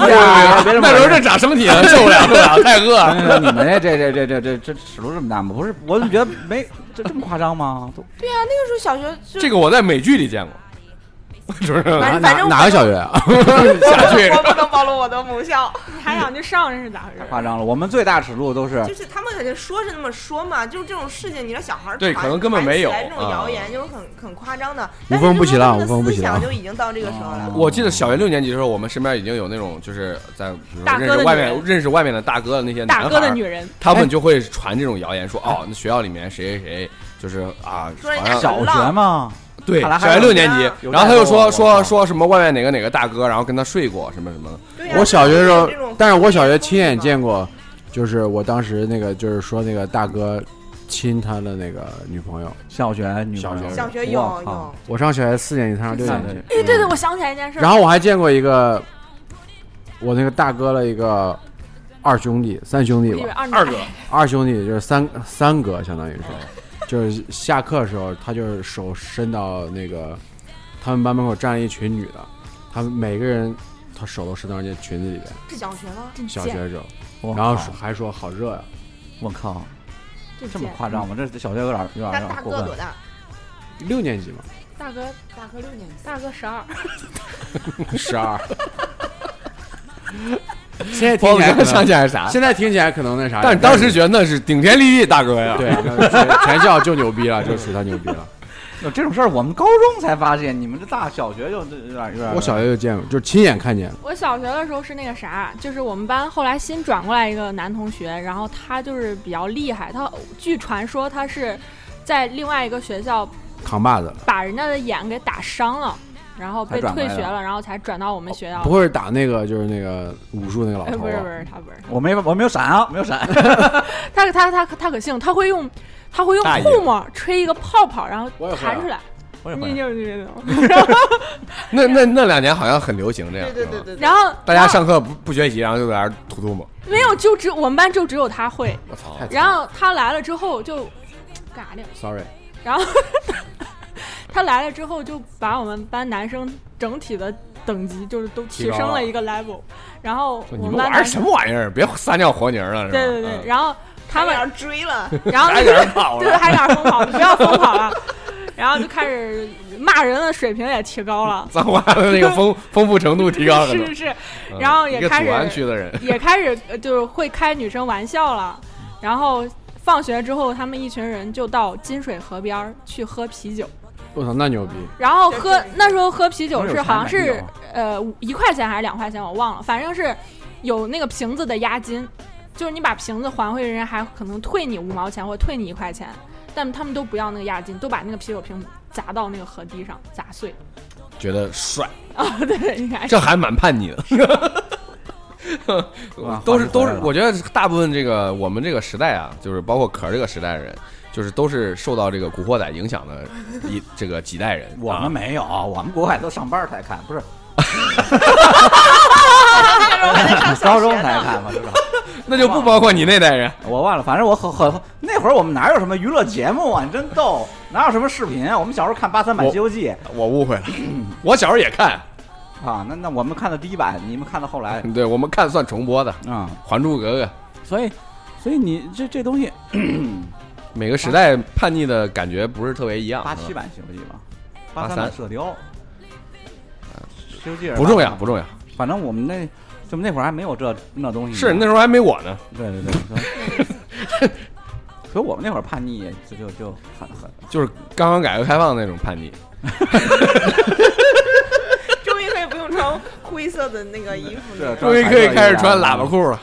Speaker 5: 哎
Speaker 4: 呀别这么
Speaker 1: 那时候这长啊什么体啊？受不了，受不了，太饿了。
Speaker 4: 哎你们这这这这这这尺度这么大吗？不是，我怎么觉得没这这么夸张吗？都
Speaker 2: 对啊，那个时候小学 就
Speaker 1: 这个我在美剧里见 过，是不是？
Speaker 5: 哪
Speaker 2: 反
Speaker 5: 哪
Speaker 2: 正
Speaker 5: 哪个小学啊？
Speaker 1: 下去
Speaker 2: 我不能暴露我的母校，
Speaker 3: 你还想去上这是咋 回事
Speaker 4: 太？
Speaker 1: 哎
Speaker 4: 夸张了。我们最大尺度都是
Speaker 2: 就是他们肯定说是那么说嘛，就是这种事情，你让小孩儿
Speaker 1: 对
Speaker 2: 传
Speaker 1: 可能根本没有
Speaker 2: 传起来这
Speaker 1: 啊
Speaker 2: 种谣言就是很很夸张的，
Speaker 5: 无风不起浪
Speaker 2: 但是
Speaker 5: 无风不
Speaker 2: 就是
Speaker 5: 起
Speaker 2: 他
Speaker 5: 浪
Speaker 2: 们的思想就已经到这个时候了。
Speaker 1: 我记得小学六年级的时候，我们身边已经有那种就是在比如说
Speaker 3: 大哥
Speaker 1: 认识
Speaker 3: 的
Speaker 1: 外
Speaker 3: 女
Speaker 1: 面
Speaker 3: 人
Speaker 1: 认识外面的大哥的那些
Speaker 3: 大
Speaker 1: 男
Speaker 3: 哥
Speaker 1: 孩
Speaker 3: 的
Speaker 1: 儿
Speaker 3: 女人，
Speaker 1: 他们就会传这种谣言说，哦，那学校里面谁谁谁就是啊，
Speaker 2: 说人
Speaker 1: 好
Speaker 2: 家
Speaker 1: 像
Speaker 4: 小学嘛，
Speaker 1: 对
Speaker 4: 看来
Speaker 1: 小
Speaker 4: 还
Speaker 1: 学
Speaker 4: 是
Speaker 1: 六年级
Speaker 4: 有，
Speaker 1: 然后他
Speaker 4: 代
Speaker 1: 又
Speaker 4: 沟啊
Speaker 1: 说
Speaker 4: 我
Speaker 1: 说
Speaker 4: 靠
Speaker 1: 说什么外面哪个哪个大哥，然后跟他睡过什么什么的，
Speaker 2: 对啊
Speaker 5: 我小学的时
Speaker 2: 就是这
Speaker 5: 候
Speaker 2: 种，
Speaker 5: 但是我小学亲眼见过，就是我当时那个就是说那个大哥亲他的那个女朋友。
Speaker 4: 小学女朋友
Speaker 5: 小
Speaker 2: 小学有
Speaker 4: 我靠
Speaker 2: 有，
Speaker 5: 我上小学四年级，他上六年级。
Speaker 3: 哎，对对，我想起来一件事儿，
Speaker 5: 然后我还见过一个，我那个大哥的一个二兄弟、三兄弟
Speaker 3: 我以为
Speaker 5: 吧，
Speaker 3: 二女
Speaker 1: 二哥，
Speaker 5: 二兄弟就是三三哥，相当于
Speaker 1: 哦
Speaker 5: 是， 就是下课的时候，他就是手伸到那个他们班门口站了一群女的，他们每个人他手都伸到人家裙子里边，
Speaker 2: 是小学吗？
Speaker 3: 真
Speaker 5: 小
Speaker 3: 贱
Speaker 5: 学，的时候，
Speaker 4: 我
Speaker 5: 然后
Speaker 4: 靠
Speaker 5: 说还说好热呀、
Speaker 4: 我靠，
Speaker 3: 真
Speaker 4: 这么
Speaker 3: 贱。
Speaker 4: 夸张吗？这这小学有点有点
Speaker 2: 那
Speaker 4: 有
Speaker 2: 大
Speaker 4: 点过
Speaker 2: 哥
Speaker 4: 分
Speaker 2: 多。大？
Speaker 5: 六年级嘛，
Speaker 3: 大哥，
Speaker 2: 大哥六年级。
Speaker 3: 大哥十二，
Speaker 5: 十二。现在听
Speaker 1: 我
Speaker 5: 起来
Speaker 1: 刚
Speaker 5: 可
Speaker 1: 想
Speaker 5: 能，
Speaker 1: 起来是啥？
Speaker 5: 现在听起来可能那啥，
Speaker 1: 但是当时觉得那是顶天立地大哥呀，
Speaker 5: 对， 全全校就牛逼了，就属他牛逼了。
Speaker 4: 有这种事儿，我们高中才发现，你们这大小学就有点有点。
Speaker 5: 我小学就见过，就是亲眼看见的。
Speaker 3: 我小学的时候是那个啥，就是我们班后来新转过来一个男同学，然后他就是比较厉害，他据传说他是在另外一个学校
Speaker 5: 扛把子，
Speaker 3: 把人家的眼给打伤了，然后被
Speaker 4: 才转过
Speaker 3: 退
Speaker 4: 来
Speaker 3: 学
Speaker 4: 的
Speaker 3: 了，然后才转到我们学校。
Speaker 5: 不会是打那个就是那个武术那个老
Speaker 3: 哎，
Speaker 5: 头
Speaker 3: 不
Speaker 5: 啊
Speaker 3: 是不
Speaker 5: 吧？
Speaker 3: 是，他不是
Speaker 4: 我没我没有闪啊，没有闪。
Speaker 3: 他，他他他他可信，他会用他会用
Speaker 1: 大爷
Speaker 3: 唾沫吹一个泡泡，然后
Speaker 5: 我也会
Speaker 3: 弹出来。
Speaker 4: 我也
Speaker 3: 你
Speaker 4: 会。
Speaker 3: 就是这种。
Speaker 1: 那那那两年好像很流行这样，
Speaker 2: 对对对
Speaker 1: 是吧，
Speaker 2: 对对。
Speaker 3: 然后
Speaker 1: 大家上课不不学习，然后就在那儿吐吐沫，
Speaker 3: 没有，就只我们班就只有他会。
Speaker 1: 我操
Speaker 5: 太惨
Speaker 3: 然后他来了之后就干啥来着？
Speaker 5: ，sorry，
Speaker 3: 然后他来了之后，就把我们班男生整体的等级就是都提升了一个 level。然后
Speaker 1: 说
Speaker 3: 我
Speaker 1: 你
Speaker 3: 们
Speaker 1: 们
Speaker 3: 班
Speaker 1: 玩
Speaker 3: 男
Speaker 1: 什
Speaker 3: 生，
Speaker 1: 么嗯玩意儿？别撒尿和泥儿了，是吧？嗯
Speaker 3: 对对对，然后他们
Speaker 2: 俩追 了，
Speaker 3: 然后
Speaker 1: 还有人跑
Speaker 3: 对，
Speaker 1: 了，
Speaker 3: 还有点疯跑，你不要疯跑了。然后就开始骂人的水平也提高了，
Speaker 1: 脏话的那个丰丰富程度提高了很
Speaker 3: 是
Speaker 1: 多
Speaker 3: 是，是，
Speaker 1: 嗯
Speaker 3: 然后也
Speaker 1: 一个
Speaker 3: 开始
Speaker 1: 祖安区的人，
Speaker 3: 也开始呃就是会开女生玩笑了。然后放学之后，他们一群人就到金水河边儿去喝啤酒，
Speaker 5: 我操，那牛逼！
Speaker 1: 嗯
Speaker 3: 然后喝
Speaker 2: 对
Speaker 3: 那时候喝啤酒
Speaker 4: 那
Speaker 3: 是
Speaker 4: 有
Speaker 3: 好像
Speaker 4: 产品
Speaker 3: 是
Speaker 4: 啊
Speaker 3: 呃五一块钱还是两块钱，我忘了，反正是有那个瓶子的押金，就是你把瓶子还回人家还可能退你五毛钱或退你一块钱，但他们都不要那个押金，都把那个啤酒瓶砸到那个河堤上砸碎。
Speaker 1: 觉得帅，
Speaker 3: 啊、对，你
Speaker 4: 哎
Speaker 3: 看
Speaker 1: 这还蛮叛逆 的。嗯都是都是，我觉得大部分这个我们这个时代啊，就是包括壳儿这个时代的人，就是都是受到这个《古惑仔》影响的一这个几代人。
Speaker 4: 我
Speaker 1: 啊
Speaker 4: 们没有，我们国外都上班才看，不是
Speaker 2: 那时候还在上
Speaker 4: 高
Speaker 2: 小
Speaker 4: 中
Speaker 2: 学
Speaker 4: 才
Speaker 2: 呢。
Speaker 4: 看嘛，是吧？
Speaker 1: 那就不包括你那代人，
Speaker 4: 我忘了，反正我很很那会儿我们哪有什么娱乐节目啊？你真逗，哪有什么视频啊？我们小时候看八三版
Speaker 1: 我
Speaker 4: 《西游记
Speaker 1: 我误会了。嗯我小时候也看，》
Speaker 4: 啊，那那我们看的第一版，你们看到后来
Speaker 1: 对我们看算重播的，《
Speaker 4: 啊、
Speaker 1: 还珠格格》。
Speaker 4: 所以所以你这这东西
Speaker 1: 每个时代叛逆的感觉不是特别一样。
Speaker 4: 八七
Speaker 1: 嗯
Speaker 4: 版《西游记》吧，
Speaker 1: 八
Speaker 4: 三
Speaker 1: 三
Speaker 4: 版《射雕》，《西游记》
Speaker 1: 不重要，不重要。
Speaker 4: 反正我们那就那会儿还没有这那东西，
Speaker 1: 是那时候还没我呢，
Speaker 4: 对对 对。所以 所以我们那会儿叛逆就就就很很
Speaker 1: 就是刚刚改革开放那种叛逆。
Speaker 2: 终于可以不用穿灰色的那个衣
Speaker 5: 啊
Speaker 2: 服了。
Speaker 4: 是
Speaker 1: 终于可以开始穿喇叭裤了。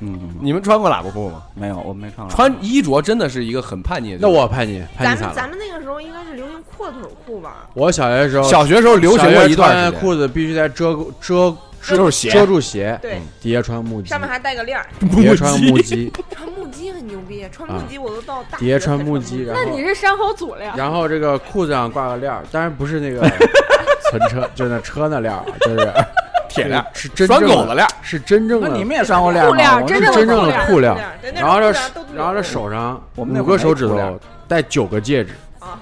Speaker 4: 嗯，
Speaker 1: 你们穿过喇叭裤吗？
Speaker 4: 没有，我没穿过。
Speaker 1: 穿衣着真的是一个很叛逆的。
Speaker 5: 那我叛逆，叛
Speaker 2: 咱
Speaker 5: 逆
Speaker 2: 们
Speaker 5: 惨
Speaker 2: 咱
Speaker 5: 了。
Speaker 2: 们那个时候应该是流行阔腿裤吧？
Speaker 5: 我小学的时候，
Speaker 1: 小学时候流行过一段时
Speaker 5: 小学穿
Speaker 1: 间，
Speaker 5: 裤子必须得遮遮
Speaker 1: 就是鞋
Speaker 5: 遮住鞋，嗯
Speaker 2: 对，
Speaker 5: 底下穿木屐，
Speaker 2: 上面还带个链儿。
Speaker 5: 底下穿木屐，
Speaker 2: 穿木屐很牛逼，穿木屐我都到大
Speaker 5: 底下
Speaker 2: 学才
Speaker 5: 啊穿
Speaker 2: 穿
Speaker 5: 木屐，啊然
Speaker 3: 那
Speaker 5: 后
Speaker 3: 你是山猴组了呀？
Speaker 5: 然后这个裤子上挂个链儿，当然不是那个啊存车，就那车那链儿，就是
Speaker 1: 铁链，
Speaker 5: 是真
Speaker 1: 拴
Speaker 5: 正
Speaker 1: 狗子
Speaker 5: 的，
Speaker 1: 链，
Speaker 5: 是真正
Speaker 4: 那你
Speaker 5: 的。
Speaker 4: 们也拴过链
Speaker 3: 裤链
Speaker 4: 吗？
Speaker 3: 儿
Speaker 4: 我
Speaker 3: 真
Speaker 5: 是
Speaker 3: 正
Speaker 5: 真
Speaker 3: 的
Speaker 5: 正的裤
Speaker 3: 链
Speaker 5: 链
Speaker 3: 儿，
Speaker 2: 对那
Speaker 5: 然后
Speaker 2: 种
Speaker 5: 这
Speaker 2: 裤链都
Speaker 5: 然后这
Speaker 2: 有
Speaker 5: 手上
Speaker 4: 我们那
Speaker 5: 五
Speaker 4: 会儿
Speaker 5: 个
Speaker 4: 没
Speaker 5: 手指
Speaker 4: 裤链
Speaker 5: 头戴九个戒指，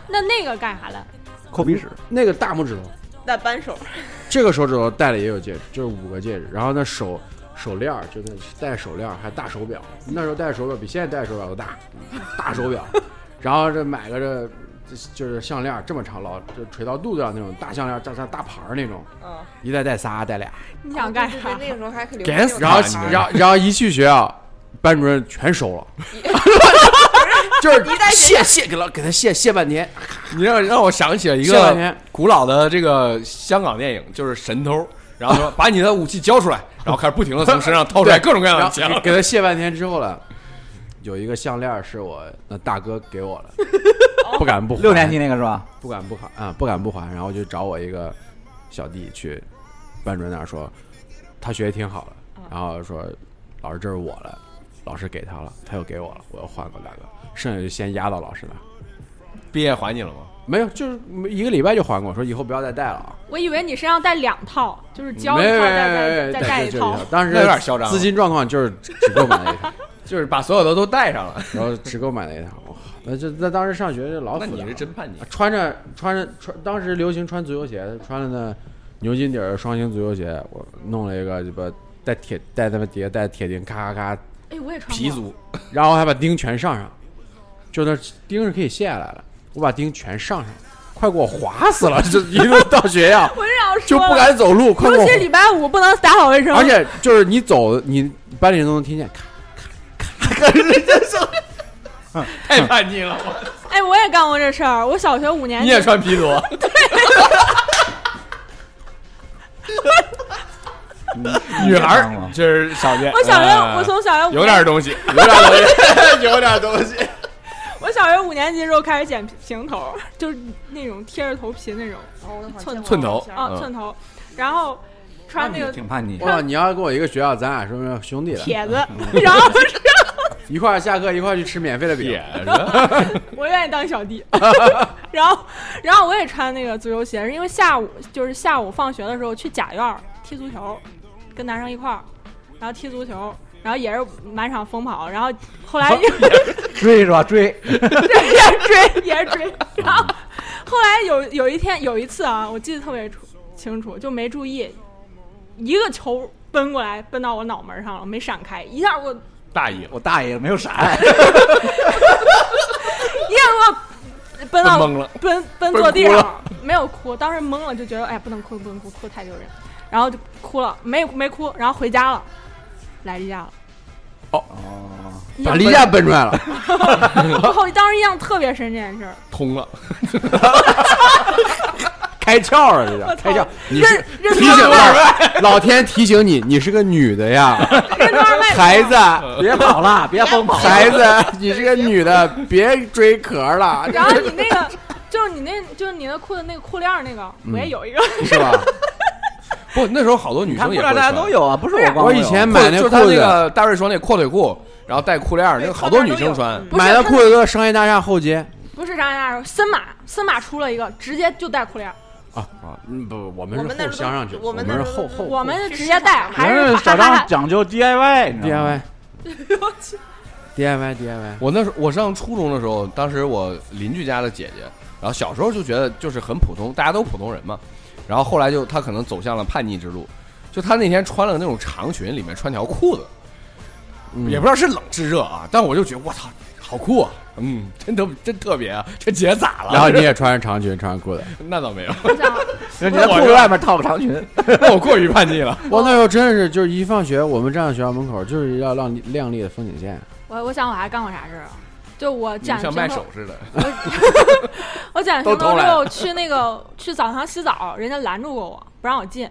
Speaker 3: 那那个干啥了？
Speaker 4: 抠鼻屎，
Speaker 5: 那个大拇指头，
Speaker 2: 带扳手，
Speaker 5: 这个手指头戴了也有戒指，就是五个戒指。然后那手手链儿就那戴手链儿，还大手表，那时候戴手表比现在戴手表都大，大手表。然后这买个这就是项链儿这么长，老就垂到肚子上那种大项链儿，像像大牌儿那种，
Speaker 2: 嗯，
Speaker 5: 一戴戴仨戴俩。
Speaker 3: 你想干啥
Speaker 2: 对？对对那个时候还可 以
Speaker 1: 给死
Speaker 5: 然后
Speaker 1: 你这
Speaker 5: 然后然后一去学校，班主任全 收了，就是
Speaker 2: 一戴学
Speaker 5: 谢谢给老给他谢谢半天，
Speaker 1: 你让让我想起了一
Speaker 5: 谢半
Speaker 1: 个
Speaker 5: 天。
Speaker 1: 古老的这个香港电影，就是神偷，然后说把你的武器交出 来，然后开始不停的从身上 掏出来各种各样
Speaker 5: 然
Speaker 1: 的
Speaker 5: 后
Speaker 1: 枪
Speaker 5: 给，给他卸半天之后了，有一个项链是我那大哥给我的，不敢不还
Speaker 4: 六年级那个是吧？
Speaker 5: 不敢不还啊，不敢不还。然后就找我一个小弟去班主任那儿说，他学的挺好的，然后说老师这是我的，老师给他了，他又给我了，我又换给我大哥，剩下就先压到老师那儿。
Speaker 1: 毕业还你了吗？
Speaker 5: 没有，就是一个礼拜就还给我说，以后不要再戴了啊！
Speaker 3: 我以为你身上带两套，就是
Speaker 5: 没
Speaker 3: 胶一
Speaker 5: 没
Speaker 3: 套，
Speaker 5: 没
Speaker 3: 再再
Speaker 5: 没
Speaker 3: 再
Speaker 5: 对
Speaker 3: 带
Speaker 5: 就就
Speaker 3: 一
Speaker 5: 一
Speaker 3: 套
Speaker 5: 套。当时
Speaker 1: 那有点嚣张了
Speaker 5: 资金状况就是只只够买了一套。
Speaker 1: 就是把所有的都带上了，
Speaker 5: 然后只给我买了一套，哇那就那当时上学就老
Speaker 1: 那
Speaker 5: 复杂
Speaker 1: 你
Speaker 5: 了
Speaker 1: 是真叛逆
Speaker 5: 啊。穿着穿着穿，当时流行穿足球鞋，穿着那牛筋底儿双星足球鞋，我弄了一个鸡巴带铁带他们底下带铁钉，咔咔咔，
Speaker 3: 哎，我也穿过
Speaker 1: 皮，族，
Speaker 5: 然后还把钉全上上，就那钉是可以卸下来的，我把钉全上上，快给我划死了！就一路到学校
Speaker 3: 我是想
Speaker 5: 就
Speaker 3: 说了
Speaker 5: 不敢走路，快给
Speaker 3: 尤
Speaker 5: 我
Speaker 3: 其礼拜五不能打扫卫生，
Speaker 5: 而且就是你走，你班里人都能听见，咔
Speaker 1: 太叛逆 了，
Speaker 3: 哎，我也干过这事儿。我小学五年
Speaker 1: 你
Speaker 3: 级，
Speaker 1: 也穿皮族， 女孩
Speaker 4: 你也穿过
Speaker 1: 儿这是少见。
Speaker 3: 我小学、
Speaker 1: 嗯
Speaker 3: 我从小学五
Speaker 1: 有点东西，
Speaker 5: 有点东 西，有点东西。
Speaker 3: 我小学五年级的时候开始剪平头，就是那种贴着头皮那种寸
Speaker 1: 寸头
Speaker 3: 啊、
Speaker 1: 嗯
Speaker 3: 寸头，然后穿那个
Speaker 4: 挺叛逆。
Speaker 5: 哇，你要跟我一个学校，咱俩是不是兄弟了？
Speaker 3: 帖子，
Speaker 1: 嗯
Speaker 3: 然后
Speaker 5: 一块儿下课一块儿去吃免费的饼
Speaker 1: 也。是
Speaker 3: 我愿意当小弟， 然后然后我也穿那个足球鞋，是因为下午就是下午放学的时候去甲院儿踢足球，跟男生一块儿，然后踢足球，然后也是满场疯跑，然后后来
Speaker 4: 追是吧？追，
Speaker 3: 对，也是追，也是追。然后后来有有一天有一次啊，我记得特别楚清楚，就没注意，一个球奔过来，奔到我脑门上了，没闪开，一下给我一
Speaker 1: 大意了，
Speaker 4: 我大爷没有闪，
Speaker 3: 下给我奔到
Speaker 1: 懵了，
Speaker 3: 奔奔坐地上了，没有哭，当时懵了，就觉得哎不能哭不能哭，哭太丢人，然后就哭了，没没哭，然后回家了，来例假了。印
Speaker 5: 把
Speaker 3: 象
Speaker 5: 例假奔出哦来了，
Speaker 3: 我后当时印象特别深这件事儿，
Speaker 1: 通了，
Speaker 5: 开窍了，这叫
Speaker 3: 我
Speaker 5: 开
Speaker 3: 操
Speaker 5: 窍。你
Speaker 3: 任
Speaker 5: 是
Speaker 3: 任
Speaker 5: 提
Speaker 3: 督
Speaker 5: 醒
Speaker 3: 二脉，
Speaker 5: 了，老天提醒你，你是个女的呀，
Speaker 3: 任督二脉不
Speaker 5: 哦孩
Speaker 3: 好
Speaker 5: 子，
Speaker 4: 别跑了，别疯跑了。
Speaker 5: 孩子，你是个女的，别追壳了，
Speaker 3: 然后你那个，就是你那，就是你那裤子那个裤链儿那个，我也有一个。
Speaker 5: 是吧？
Speaker 1: 不，那时候好多女
Speaker 4: 你看
Speaker 1: 生
Speaker 4: 裤
Speaker 1: 也
Speaker 4: 链
Speaker 1: 会
Speaker 4: 大家
Speaker 1: 穿
Speaker 4: 都有啊，不是光
Speaker 5: 我
Speaker 4: 我
Speaker 5: 以前
Speaker 1: 买
Speaker 5: 买
Speaker 1: 那
Speaker 5: 那
Speaker 1: 就是他
Speaker 5: 裤
Speaker 1: 那
Speaker 5: 子，
Speaker 1: 个大瑞说那阔腿裤，然后带裤链儿，那个好多女生穿，
Speaker 3: 不是
Speaker 5: 买的
Speaker 3: 他
Speaker 5: 裤子都是商业大厦后街
Speaker 3: 不是张亚亚说，森马，森马出了一个，直接就带裤链儿，
Speaker 5: 啊啊！嗯不，我们
Speaker 2: 我们那
Speaker 5: 是后
Speaker 2: 都
Speaker 5: 镶上去，
Speaker 2: 我们
Speaker 5: 们是
Speaker 2: 那
Speaker 5: 后
Speaker 2: 都
Speaker 5: 后
Speaker 3: 我
Speaker 5: 后
Speaker 3: 们是
Speaker 2: 是
Speaker 3: 直接
Speaker 2: 市
Speaker 3: 带，
Speaker 2: 场
Speaker 3: 还是
Speaker 4: 小
Speaker 3: 还
Speaker 4: 张
Speaker 3: 还
Speaker 4: 讲究 DIY，你知道吗
Speaker 5: DIY。DIY DIY，
Speaker 1: 我那时候我上初中的时候，当时我邻居家的姐姐，然后小时候就觉得就是很普通，大家都普通人嘛。然后后来就她可能走向了叛逆之路，就她那天穿了那种长裙，里面穿条裤子，也不知道是冷是热啊，但我就觉得我操，好酷啊！嗯，真特真特别啊，这姐咋了？
Speaker 5: 然后你也穿着长裙，穿着裤子，
Speaker 1: 那倒没有，
Speaker 3: 我想
Speaker 4: 人家裤子外面套个长裙，
Speaker 1: 那我过于叛逆 了。
Speaker 5: 我那时候真的是，就是一放学，我们站在学校门口，就是要亮亮丽的风景线。
Speaker 3: 我我想我还干过啥事儿啊？就我
Speaker 1: 你
Speaker 3: 剪
Speaker 1: 像
Speaker 3: 平
Speaker 1: 卖
Speaker 3: 头
Speaker 1: 手， 似的，
Speaker 3: 我剪平
Speaker 1: 都偷
Speaker 3: 头之
Speaker 1: 来
Speaker 3: 后去那个去澡堂洗澡，人家拦住过我，不让我进，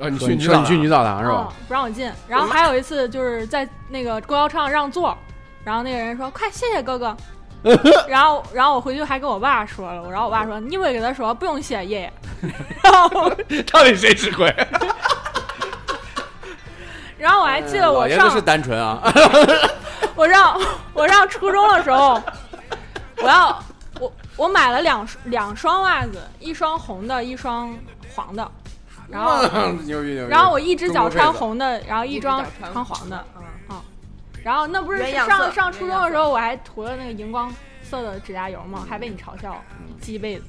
Speaker 1: 啊，你
Speaker 5: 说
Speaker 1: 去
Speaker 5: 你说你去
Speaker 1: 女
Speaker 5: 女澡堂是
Speaker 3: 嗯
Speaker 5: 吧？，
Speaker 3: 不让我进。然后还有一次就是在那个公交车上让座，然后那个人说：“快，谢谢哥 哥。”然后，然后我回去还跟我爸说了，然后我爸说：“你不会跟他说不用谢爷 爷。”然后，
Speaker 1: 澡堂 到底谁吃 亏？
Speaker 3: 然后我还记得我
Speaker 5: 嗯老爷
Speaker 3: 上
Speaker 5: 子是单纯啊，
Speaker 3: 我上我上初中的时候，我要我我买了两双两双袜子，一双红的，一双黄的。然后
Speaker 5: 牛逼牛逼。
Speaker 3: 然后我一只脚
Speaker 5: 中国
Speaker 3: 穿
Speaker 5: 配色
Speaker 3: 红的，然后一双
Speaker 6: 一只脚穿
Speaker 3: 穿黄的，
Speaker 2: 啊，
Speaker 3: 然后那不是
Speaker 2: 鸳鸯色
Speaker 3: 上上初中的时候，我还涂了那个荧光色的指甲油嘛，还被你嘲笑鸡辈子。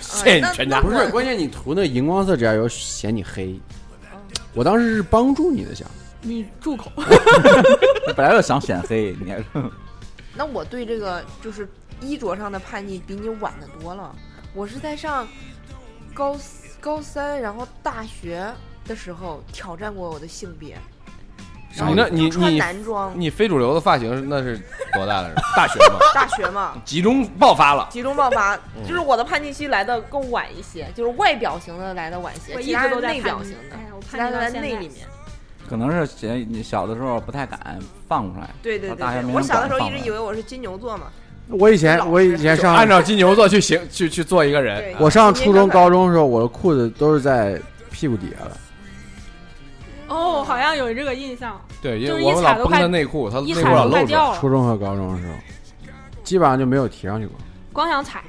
Speaker 1: 谢
Speaker 3: 哦
Speaker 1: 谢你
Speaker 2: 那
Speaker 1: 全家
Speaker 5: 不是，关键你涂那荧光色指甲油显你黑。
Speaker 3: 哦
Speaker 5: 我当时是帮助你的想，
Speaker 3: 你住口！
Speaker 4: 本来就想显黑，你还
Speaker 2: 那我对这个就是衣着上的叛逆比你晚的多了。我是在上高四高三，然后大学的时候挑战过我的性别，
Speaker 1: 你那你
Speaker 2: 穿
Speaker 1: 你
Speaker 2: 男装，
Speaker 1: 你非主流的发型是那是多大的人？大学吗？
Speaker 2: 大学嘛。
Speaker 1: 集中爆发了。
Speaker 2: 集中爆发，
Speaker 1: 嗯
Speaker 2: 就是我的叛逆期来的更晚一些，就是外表型的来的晚一些，
Speaker 3: 我
Speaker 2: 其
Speaker 3: 一
Speaker 2: 他
Speaker 3: 直
Speaker 2: 是
Speaker 3: 都在
Speaker 2: 内
Speaker 3: 叛
Speaker 2: 表
Speaker 3: 逆
Speaker 2: 型的
Speaker 3: 哎呀，我
Speaker 2: 其
Speaker 3: 叛
Speaker 2: 他
Speaker 3: 逆
Speaker 2: 都
Speaker 3: 到
Speaker 2: 在
Speaker 3: 现
Speaker 2: 内
Speaker 3: 在
Speaker 2: 里面。
Speaker 4: 可能是嫌你小的时候不太敢放出来。
Speaker 2: 对对对
Speaker 4: 大学没
Speaker 2: 对，
Speaker 4: 人
Speaker 2: 我小的时
Speaker 4: 管
Speaker 2: 候
Speaker 4: 放
Speaker 2: 一直
Speaker 4: 了
Speaker 2: 以为我是金牛座嘛，
Speaker 5: 我以前我以前
Speaker 1: 就
Speaker 5: 上
Speaker 1: 按照金牛座去行去去做一个人
Speaker 2: 对，
Speaker 5: 我上初中高中的时候，我的裤子都是在屁股底下的，
Speaker 3: 哦，好像有这个印 象。
Speaker 1: 对，因
Speaker 3: 就
Speaker 1: 为
Speaker 3: 是
Speaker 1: 我
Speaker 3: 一
Speaker 1: 们
Speaker 3: 踩
Speaker 1: 老
Speaker 3: 都
Speaker 1: 绷
Speaker 3: 快
Speaker 1: 着内裤，他
Speaker 3: 一
Speaker 1: 内
Speaker 3: 踩
Speaker 1: 裤老
Speaker 3: 都快
Speaker 1: 露出来。
Speaker 3: 掉了
Speaker 5: 初，中和高中的时候，基本上就没有提上去过。
Speaker 3: 光想踩。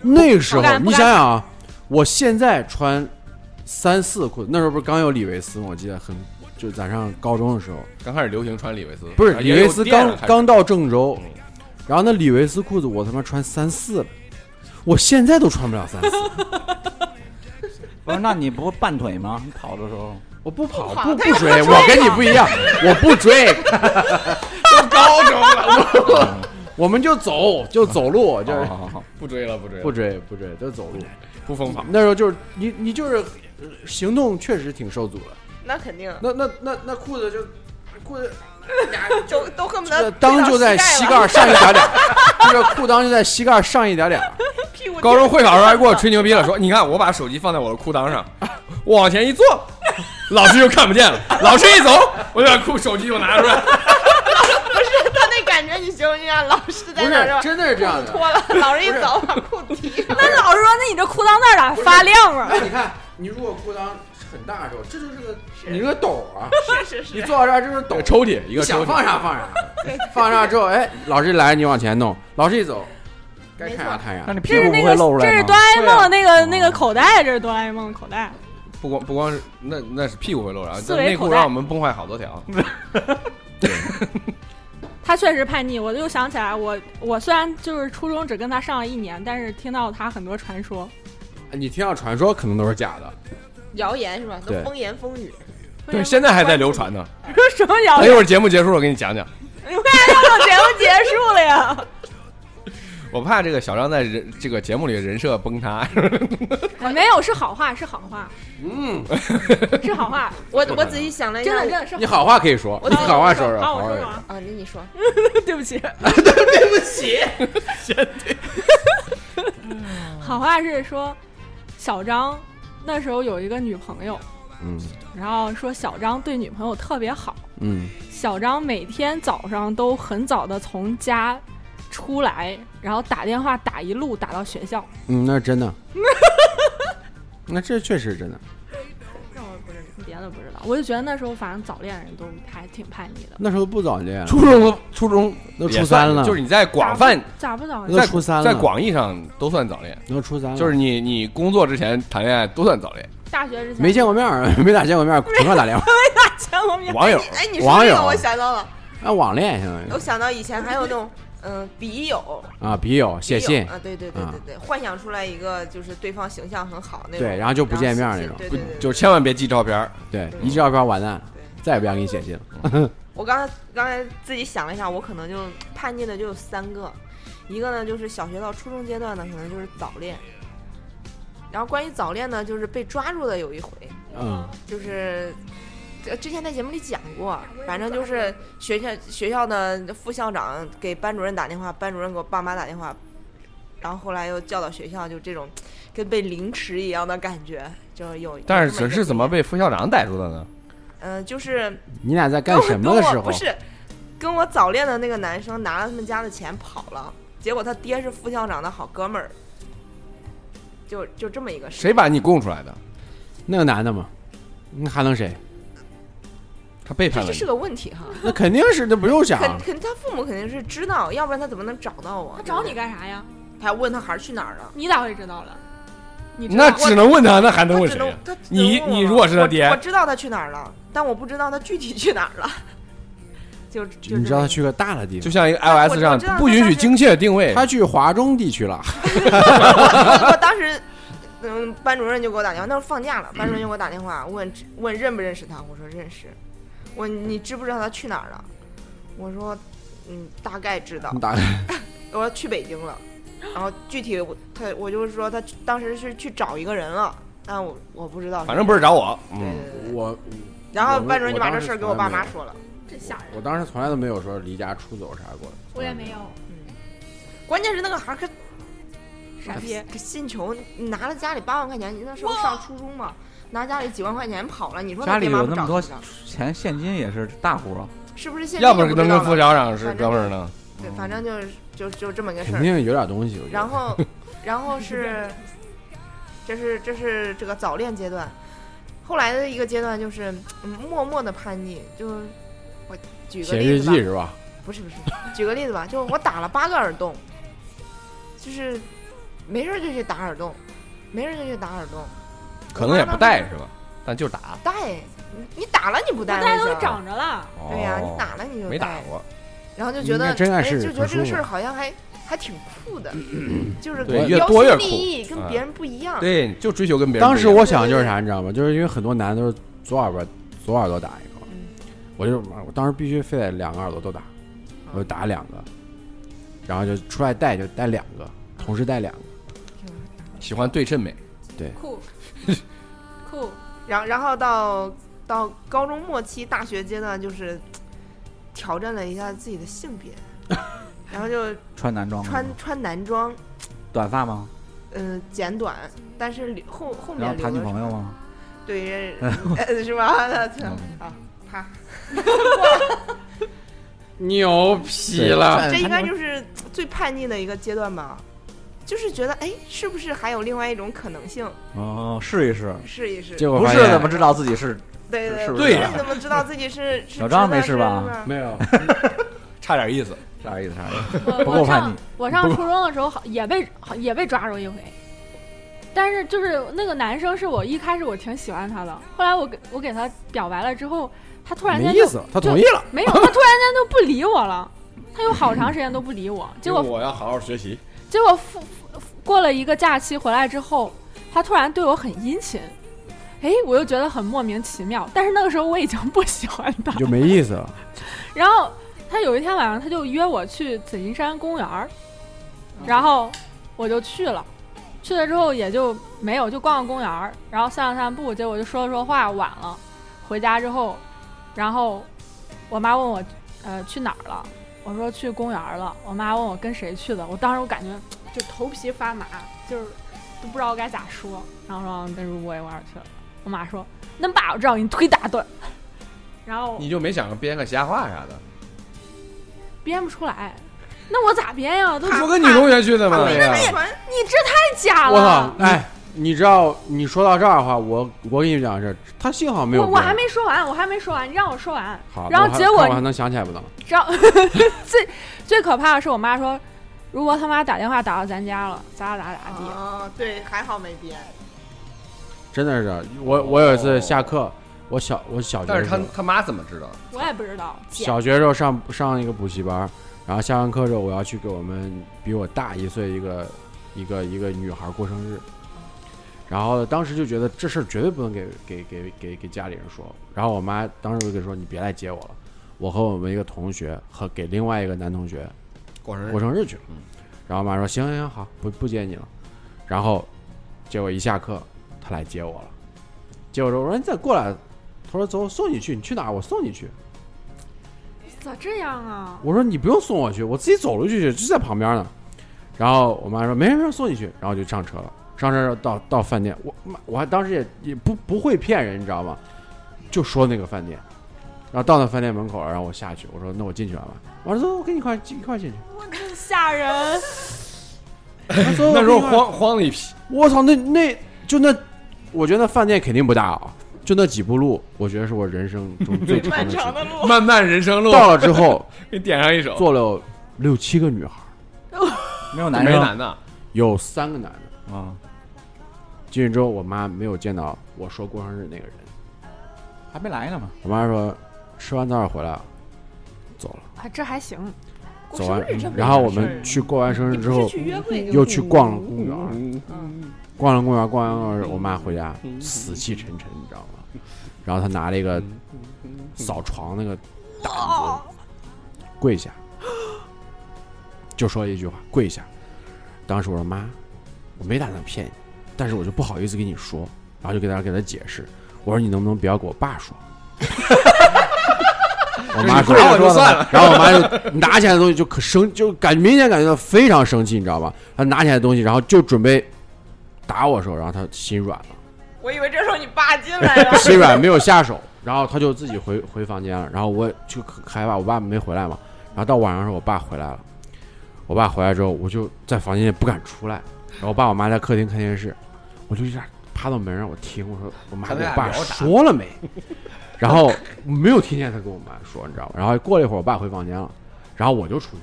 Speaker 5: 那个时候
Speaker 3: 不敢，不
Speaker 5: 你
Speaker 3: 敢
Speaker 5: 想想啊，我现在穿三四裤子，那时候不是刚有李维斯吗？我记得很，就咱上高中的时候，
Speaker 1: 刚开始流行穿李维斯，
Speaker 5: 不是嗯
Speaker 1: 啊
Speaker 5: 李维斯刚，
Speaker 1: 也有
Speaker 5: 刚到郑州
Speaker 1: 店了开，始
Speaker 5: 然后那李维斯裤子我他妈穿三四了，我现在都穿不了三四，
Speaker 4: 不是，那你不会绊腿吗？你跑的时 候，
Speaker 5: 我不跑不不追，我跟你不一样，我不追，
Speaker 1: 嗯都高中了，
Speaker 5: 我们就走就走路，就
Speaker 4: 好
Speaker 5: 是
Speaker 4: 好 好好，
Speaker 1: 不追了，不追了，
Speaker 5: 不追不追就走路。
Speaker 1: 不疯狂。
Speaker 5: 那时候就是你你就是呃行动确实挺受阻了，
Speaker 2: 那肯定
Speaker 5: 那那那那裤子就裤子
Speaker 2: 都都恨不
Speaker 5: 这
Speaker 2: 得
Speaker 5: 裆就在膝
Speaker 2: 膝
Speaker 5: 盖上一点 点儿，这个裤裆就在膝盖上一点点儿。
Speaker 2: 屁股
Speaker 1: 高中会考时候还给我吹牛逼了，说你看我把手机放在我的裤裆上，我往前一坐，老师就看不见了。老师一走，我就把裤手机我拿出来，
Speaker 2: 他那感觉你行不行啊？老师
Speaker 5: 不
Speaker 2: 在那儿
Speaker 5: 是，
Speaker 2: 说
Speaker 5: 真的是这样的。
Speaker 2: 脱了，老师一 走把裤子提上，
Speaker 3: 那老师说，那你这裤裆那儿咋发亮 啊
Speaker 5: 哎，？你看，你如果裤裆很大的时候，这就是个你这个斗啊，
Speaker 2: 是是
Speaker 5: 你
Speaker 2: 是，
Speaker 5: 坐到这儿就
Speaker 1: 一
Speaker 5: 是斗
Speaker 1: 个，抽屉一
Speaker 5: 你
Speaker 1: 个抽
Speaker 5: 想放
Speaker 1: 屉，
Speaker 5: 啥放啥，放上之后，哎，老师来你往前弄，老师一走，该看啥看
Speaker 4: 那
Speaker 5: 啥。
Speaker 4: 你
Speaker 3: 这
Speaker 4: 屁
Speaker 3: 是
Speaker 4: 股
Speaker 3: 那
Speaker 4: 不
Speaker 3: 个
Speaker 4: 会露出
Speaker 3: 这
Speaker 4: 来
Speaker 3: 是
Speaker 4: 吗
Speaker 3: 哆？啦 A 梦的那个
Speaker 4: 嗯
Speaker 3: 那个口袋，这是哆啦 A 梦的口袋。
Speaker 1: 不光不光是那那是屁股会露着，
Speaker 3: 四
Speaker 1: 那
Speaker 3: 维
Speaker 1: 内
Speaker 3: 口
Speaker 1: 裤
Speaker 3: 袋
Speaker 1: 让我们崩坏好多条。
Speaker 3: 他确实叛逆，我又想起来，我我虽然就是初中只跟他上了一年，但是听到他很多传说。
Speaker 5: 你听到传说可能都是假的，
Speaker 2: 谣言是吧？
Speaker 5: 对
Speaker 2: 都风言风语，
Speaker 1: 对，现在还在流传呢。
Speaker 3: 什么谣
Speaker 4: 哎
Speaker 1: 等一
Speaker 3: 言？
Speaker 1: 会儿节目结束了，我给你讲讲。
Speaker 3: 你为啥要让节目结束了呀？
Speaker 1: 我怕这个小张在人这个节目里人设崩塌，
Speaker 3: 没有，是好话，是好话，
Speaker 5: 嗯，
Speaker 3: 是好 话，
Speaker 2: 我我仔细想了一
Speaker 3: 真
Speaker 2: 下，
Speaker 3: 的真
Speaker 2: 我
Speaker 3: 的是
Speaker 5: 你好话可以说，
Speaker 2: 我
Speaker 5: 哦你
Speaker 2: 懂
Speaker 5: 好话说说，
Speaker 3: 啊，
Speaker 5: 好
Speaker 3: 我
Speaker 5: 话
Speaker 3: 说什
Speaker 5: 说说。
Speaker 3: 么？
Speaker 2: 啊，那你说，
Speaker 3: 对不起， 好话是说，小张那时候有一个女朋友，
Speaker 5: 嗯
Speaker 3: 然后说小张对女朋友特别好，
Speaker 5: 嗯，
Speaker 3: 小张每天早上都很早的从家出来，然后打电话打一路打到学校。
Speaker 5: 嗯，那是真的。 那这确实是真的。
Speaker 3: 那我不知道，别的不知道。我就觉得那时候反正早恋人都还挺叛逆的。
Speaker 5: 那时候不早恋，
Speaker 1: 初中初中
Speaker 5: 都初三了，
Speaker 1: 就是你在广泛
Speaker 3: 咋不早啊
Speaker 5: 都
Speaker 1: 在
Speaker 5: 初三了，嗯
Speaker 1: 在广义上都算早恋，
Speaker 5: 都初三了，
Speaker 1: 就是你你工作之前谈恋爱都算早恋。
Speaker 3: 大学之前
Speaker 5: 没见过面儿， 没咋见过面儿，纯靠打 电话。
Speaker 3: 见过面，
Speaker 1: 网友
Speaker 2: 哎，你
Speaker 5: 网
Speaker 2: 说这
Speaker 5: 友啊
Speaker 2: 个我想到了，
Speaker 5: 那网恋相当于
Speaker 2: 我想到以前还有那种 嗯笔友，
Speaker 5: 啊，笔友写信
Speaker 2: 啊，对对对
Speaker 5: 啊
Speaker 2: 对对，幻想出来一个就是对方形象很好那种，
Speaker 5: 对然后就不见面
Speaker 2: 写
Speaker 5: 那种
Speaker 2: 对对对对，
Speaker 1: 就千万别寄照片儿，
Speaker 5: 对，一照片完蛋了
Speaker 2: 对，
Speaker 5: 再也不想给你写信了。
Speaker 2: 我刚才刚才自己想了一下，我可能就叛逆的就有三个，一个呢就是小学到初中阶段呢，可能就是早恋。然后关于早恋呢，就是被抓住的有一回，
Speaker 5: 嗯，
Speaker 2: 就是这之前在节目里讲过，反正就是学校学校的副校长给班主任打电话，班主任给我爸妈打电话，然后后来又叫到学校，就这种跟被凌迟一样的感觉，就是有。
Speaker 1: 但是
Speaker 2: 有这么一
Speaker 1: 只
Speaker 2: 个
Speaker 1: 是怎么
Speaker 2: 经历？
Speaker 1: 被副校长逮住的呢？
Speaker 2: 嗯、就是
Speaker 5: 你俩在干什么的
Speaker 2: 跟我跟
Speaker 5: 时
Speaker 2: 我
Speaker 5: 候
Speaker 2: 不？是，跟我早恋的那个男生拿了他们家的钱跑了，结果他爹是副校长的好哥们儿，就就这么一个事。
Speaker 1: 谁把你供出来的？
Speaker 5: 那个男的嘛，那还能谁？
Speaker 1: 他背叛
Speaker 2: 这
Speaker 1: 了
Speaker 2: 这
Speaker 1: 你
Speaker 2: 是。个问题哈，
Speaker 5: 那肯定是，那不用想。
Speaker 2: 肯肯他父母肯定是知道，要不然他怎么能找到我？
Speaker 3: 他找你
Speaker 2: 对不对，
Speaker 3: 干啥呀？
Speaker 2: 他还问他孩儿去哪儿了。
Speaker 3: 你咋会知道了？你知道
Speaker 1: 那只能问他，那还能
Speaker 2: 我
Speaker 1: 问
Speaker 2: 只
Speaker 1: 谁啊
Speaker 2: 能
Speaker 1: 呀？
Speaker 2: 他只
Speaker 1: 你
Speaker 2: 能问我
Speaker 1: 你如果是他
Speaker 2: 我
Speaker 1: 爹
Speaker 2: 我知道他去哪儿了，但我不知道他具体去哪儿了。就就
Speaker 5: 你知道他
Speaker 2: 他
Speaker 5: 去个大的地
Speaker 1: 就
Speaker 5: 方，
Speaker 1: 像一个
Speaker 2: 哎我
Speaker 1: iOS
Speaker 2: 我
Speaker 1: 上
Speaker 2: 知道
Speaker 1: 不允许精确定位，
Speaker 5: 他去华中地区了。
Speaker 2: 我我当时，嗯，班主任就给我打电话，那时候放假了，班主任就给我打电话问问认不认识他，我说认识。我你知不知道他去哪儿了？我说，嗯，大概知道
Speaker 5: 你。打
Speaker 2: 我说去北京了，然后具体我他我就是说他当时是去找一个人了，但我我不知道是谁。
Speaker 1: 反正不是找我。
Speaker 2: 对。对
Speaker 1: 嗯，
Speaker 2: 对对
Speaker 5: 我，
Speaker 2: 然
Speaker 5: 我
Speaker 2: 后
Speaker 5: 们
Speaker 2: 班主任就把
Speaker 5: 我
Speaker 2: 这
Speaker 5: 当时
Speaker 2: 事儿给我爸
Speaker 5: 从来
Speaker 2: 妈
Speaker 5: 没有
Speaker 2: 说了。
Speaker 3: 这吓人，
Speaker 5: 我当时从来都没有说离家出走啥过的，
Speaker 3: 我也没有
Speaker 2: 关键是那个孩儿可
Speaker 3: 傻逼，
Speaker 2: 可信穷，你拿了家里八万块钱，你那时候
Speaker 3: 哇
Speaker 2: 上初中嘛，拿家里几万块钱跑了，你说
Speaker 4: 家里
Speaker 2: 爹妈
Speaker 4: 有
Speaker 2: 不
Speaker 4: 那
Speaker 2: 找
Speaker 4: 么多
Speaker 2: 你呢
Speaker 4: 钱现金也是大户啊，
Speaker 2: 是不是现在
Speaker 1: 要不
Speaker 2: 就
Speaker 1: 能
Speaker 2: 知
Speaker 1: 跟
Speaker 2: 道
Speaker 1: 副
Speaker 2: 了
Speaker 1: 校长是
Speaker 2: 反
Speaker 1: 哥
Speaker 2: 正
Speaker 1: 们儿呢。
Speaker 2: 对，反正就是就就这么个事
Speaker 5: 肯
Speaker 2: 儿。
Speaker 5: 定有点东西。我觉得
Speaker 2: 然后，然后是，这是这是这个早恋阶段，后来的一个阶段就是嗯默默的叛逆，就我举个
Speaker 5: 写
Speaker 2: 例
Speaker 5: 日
Speaker 2: 子吧
Speaker 5: 记，是吧？
Speaker 2: 不是不是， 举个例子吧，就我打了八个耳洞，就是没事儿就去打耳洞，没事儿就去打耳洞，
Speaker 1: 可能也不带是吧？但就是打。
Speaker 2: 戴，你你打了你不戴
Speaker 3: 大
Speaker 2: 那
Speaker 3: 家
Speaker 2: 就，
Speaker 3: 都长着了，
Speaker 2: 对呀、
Speaker 1: 哦
Speaker 2: 你打了你就
Speaker 1: 没打
Speaker 2: 戴
Speaker 1: 过，
Speaker 2: 然后就觉
Speaker 5: 应
Speaker 2: 得
Speaker 5: 该真爱
Speaker 2: 哎，
Speaker 5: 是
Speaker 2: 就觉得这
Speaker 5: 很舒服
Speaker 2: 个事儿好像还还挺酷 的，就是
Speaker 1: 对
Speaker 2: 跟
Speaker 1: 越
Speaker 2: 标
Speaker 1: 多
Speaker 2: 新
Speaker 1: 越
Speaker 2: 立
Speaker 1: 酷嗯
Speaker 2: 异，跟别人不一样。
Speaker 1: 对，就追求跟别人不一样。
Speaker 5: 当时我想的就是啥，你知道吗？就是因为很多男的都是左耳朵左耳朵打一个嘛
Speaker 2: 嗯，
Speaker 5: 我就我当时必须非得两个耳朵都打，
Speaker 3: 哦
Speaker 5: 我就打两个，然后就出来带就带两个，同时带两个。
Speaker 1: 喜欢对称美，
Speaker 3: 酷酷，
Speaker 2: 然后然后到到高中末期、大学阶段，就是调整了一下自己的 性别，然后就
Speaker 4: 穿男装吗
Speaker 2: 穿穿男装，
Speaker 4: 短发吗？
Speaker 2: 嗯、剪短，但是留后后
Speaker 4: 然
Speaker 2: 面
Speaker 4: 后
Speaker 2: 留
Speaker 4: 谈女
Speaker 2: 的
Speaker 4: 朋友吗？嗯
Speaker 2: 对， 呃是吧？啊，啪，
Speaker 5: 牛批了！
Speaker 4: 嗯
Speaker 2: 这应该就是最叛逆的一个阶段吧。就是觉得，哎，是不是还有另外一种可能性？
Speaker 4: 哦，试一试。
Speaker 2: 试一试。
Speaker 5: 结果
Speaker 4: 不
Speaker 5: 发
Speaker 4: 是
Speaker 5: 现
Speaker 4: 怎么知道自己是
Speaker 2: 对对
Speaker 4: 是不
Speaker 1: 是对呀
Speaker 2: 你怎么知道自己 是？是
Speaker 4: 小张没
Speaker 2: 直
Speaker 4: 事
Speaker 2: 的
Speaker 4: 吧
Speaker 2: 是
Speaker 5: 没有？
Speaker 1: 差点意思。
Speaker 4: 啥意思？啥意思？
Speaker 3: 我
Speaker 4: 不够
Speaker 3: 我
Speaker 4: 叛
Speaker 3: 上
Speaker 4: 逆
Speaker 3: 我上初中的时候好也被好也被抓着一回，但是就是那个男生是我一开始我挺喜欢他的，后来我给我给他表白了之后，他突然
Speaker 5: 没
Speaker 3: 间
Speaker 5: 意
Speaker 3: 就
Speaker 5: 思，他同意了。
Speaker 3: 没有，他突然间就不理我了，他有好长时间都不理我，结果
Speaker 1: 我要好好学习，
Speaker 3: 结果复复过了一个假期回来之后，他突然对我很殷勤，哎，我又觉得很莫名其妙。但是那个时候我已经不喜欢他
Speaker 5: 你，就没意思了，
Speaker 3: 然后他有一天晚上他就约我去紫金山公园儿，然后我就去了。去了之后也就没有，就逛逛公园儿，然后散了散步，结果就说了说话，晚了。回家之后，然后我妈问我，呃，去哪儿了？我说去公园儿了。我妈问我跟谁去的，我当时我感觉就头皮发麻，就是都不知道该咋说。然后说跟如果一块儿去了。我妈说，能把我这样给你推打断。然后
Speaker 1: 你就没想着编个瞎话啥的？
Speaker 3: 编不出来，那我咋编呀？都
Speaker 1: 不
Speaker 3: 太
Speaker 1: 跟女同学去的吗？
Speaker 2: 啊没
Speaker 1: 对呀啊
Speaker 2: 没传
Speaker 3: 假
Speaker 5: 我操
Speaker 3: 了！！嗯
Speaker 5: 哎，你知道你说到这儿的话，我我跟你讲个事儿，他幸好没有
Speaker 3: 我
Speaker 5: 变。
Speaker 3: 我还没说完，我还没说完，你让我说完。
Speaker 5: 好，
Speaker 3: 然后
Speaker 5: 我还
Speaker 3: 结
Speaker 5: 看
Speaker 3: 果
Speaker 5: 我还能想起来不能？
Speaker 3: 然后 最最可怕的是，我妈说，如果他妈打电话打到咱家了，咱俩咋咋地？
Speaker 2: 啊，对，还好没编。
Speaker 5: 真的是我我有一次下课，我小我小学
Speaker 1: 但
Speaker 5: 的
Speaker 1: 是
Speaker 5: 时
Speaker 1: 他
Speaker 5: 候
Speaker 1: 他妈怎么知道？
Speaker 3: 我也不知道，姐
Speaker 5: 小学的时候上上一个补习班儿，然后下完课之后，我要去给我们比我大一岁一个一个一个女孩儿过生日，然后当时就觉得这事儿绝对不能给给给给给家里人说。然后我妈当时就跟说：“你别来接我了，我和我们一个同学和给另外一个男同学
Speaker 1: 过生
Speaker 5: 过
Speaker 1: 日
Speaker 5: 生日去了。”然后我妈说：“行行行，好，不不接你了。”然后结果一下课，他来接我了。接我说：“我说你再过来。”他说：“走，我送你去。你去哪儿？我送你去。”
Speaker 3: 咋这样啊？
Speaker 5: 我说你不用送我去，我自己走路就去，就在旁边呢。然后我妈说没事没事，送你去。然后就上车了，上车到到饭店，我妈我还当时也也不不会骗人，你知道吗？就说那个饭店，然后到那饭店门口，然后我下去，我说那我进去玩吧。我说走，我跟你一块儿一块儿进去。
Speaker 3: 真吓人！
Speaker 5: 我 说
Speaker 1: 那时候
Speaker 5: 我跟你一块儿
Speaker 1: 慌慌了一批，
Speaker 5: 我操，那那就那，我觉得那饭店肯定不大啊，就那几步路，我觉得是我人生中 最长的时间。
Speaker 2: 路，
Speaker 1: 漫漫人生路，
Speaker 5: 到了之后，
Speaker 1: 给点上一首。
Speaker 5: 坐了有六七个女孩儿，
Speaker 4: 没有
Speaker 1: 没
Speaker 4: 男生
Speaker 1: 男的，
Speaker 5: 有三个男的。
Speaker 4: 啊，
Speaker 5: 进去之后，我妈没有见到我说过生日那个人，
Speaker 4: 还没来呢嘛，
Speaker 5: 我妈说吃完早点回来，走了，
Speaker 3: 啊，这还行，
Speaker 5: 走完
Speaker 2: 过
Speaker 5: 嗯
Speaker 2: 生日这，么
Speaker 5: 然后
Speaker 2: 大
Speaker 5: 我
Speaker 2: 事
Speaker 5: 们
Speaker 2: 儿
Speaker 5: 去过完生日
Speaker 2: 你
Speaker 5: 之
Speaker 2: 不
Speaker 5: 后
Speaker 2: 是，去约会就
Speaker 5: 又去逛了公园儿，
Speaker 2: 嗯
Speaker 5: 逛了公园儿，逛完公园儿，我妈回家死气沉沉，你知道吗？然后她拿了一个扫床那个掸子，跪下，就说一句话：“跪下。”当时我说：“妈，我没打算骗你，但是我就不好意思跟你说，然后就给她给她解释。我说你能不能不要给我爸说？” 我妈说：“
Speaker 1: 我就算了。
Speaker 5: 然后我妈就拿起来的东西就可生，就感明显感觉到非常生气，你知道吧？她拿起来的东西，然后就准备打我手，然后她心软了，，
Speaker 2: 我以为这时候你爸进来了
Speaker 5: 心软没有下手，然后她就自己回回房间了。然后我就很害怕，我爸没回来嘛。然后到晚上的时候，我爸回来了，我爸回来之后，我就在房间里不敢出来，然后我爸我妈在客厅看电视，我就一下趴到门上，我听我说我妈
Speaker 1: 他
Speaker 5: 跟
Speaker 1: 们俩
Speaker 5: 我爸
Speaker 1: 聊啥
Speaker 5: 说了没？ 然后没有听见他跟我妈说，你知道吗？然后过了一会儿，我爸回房间了，然后我就出去，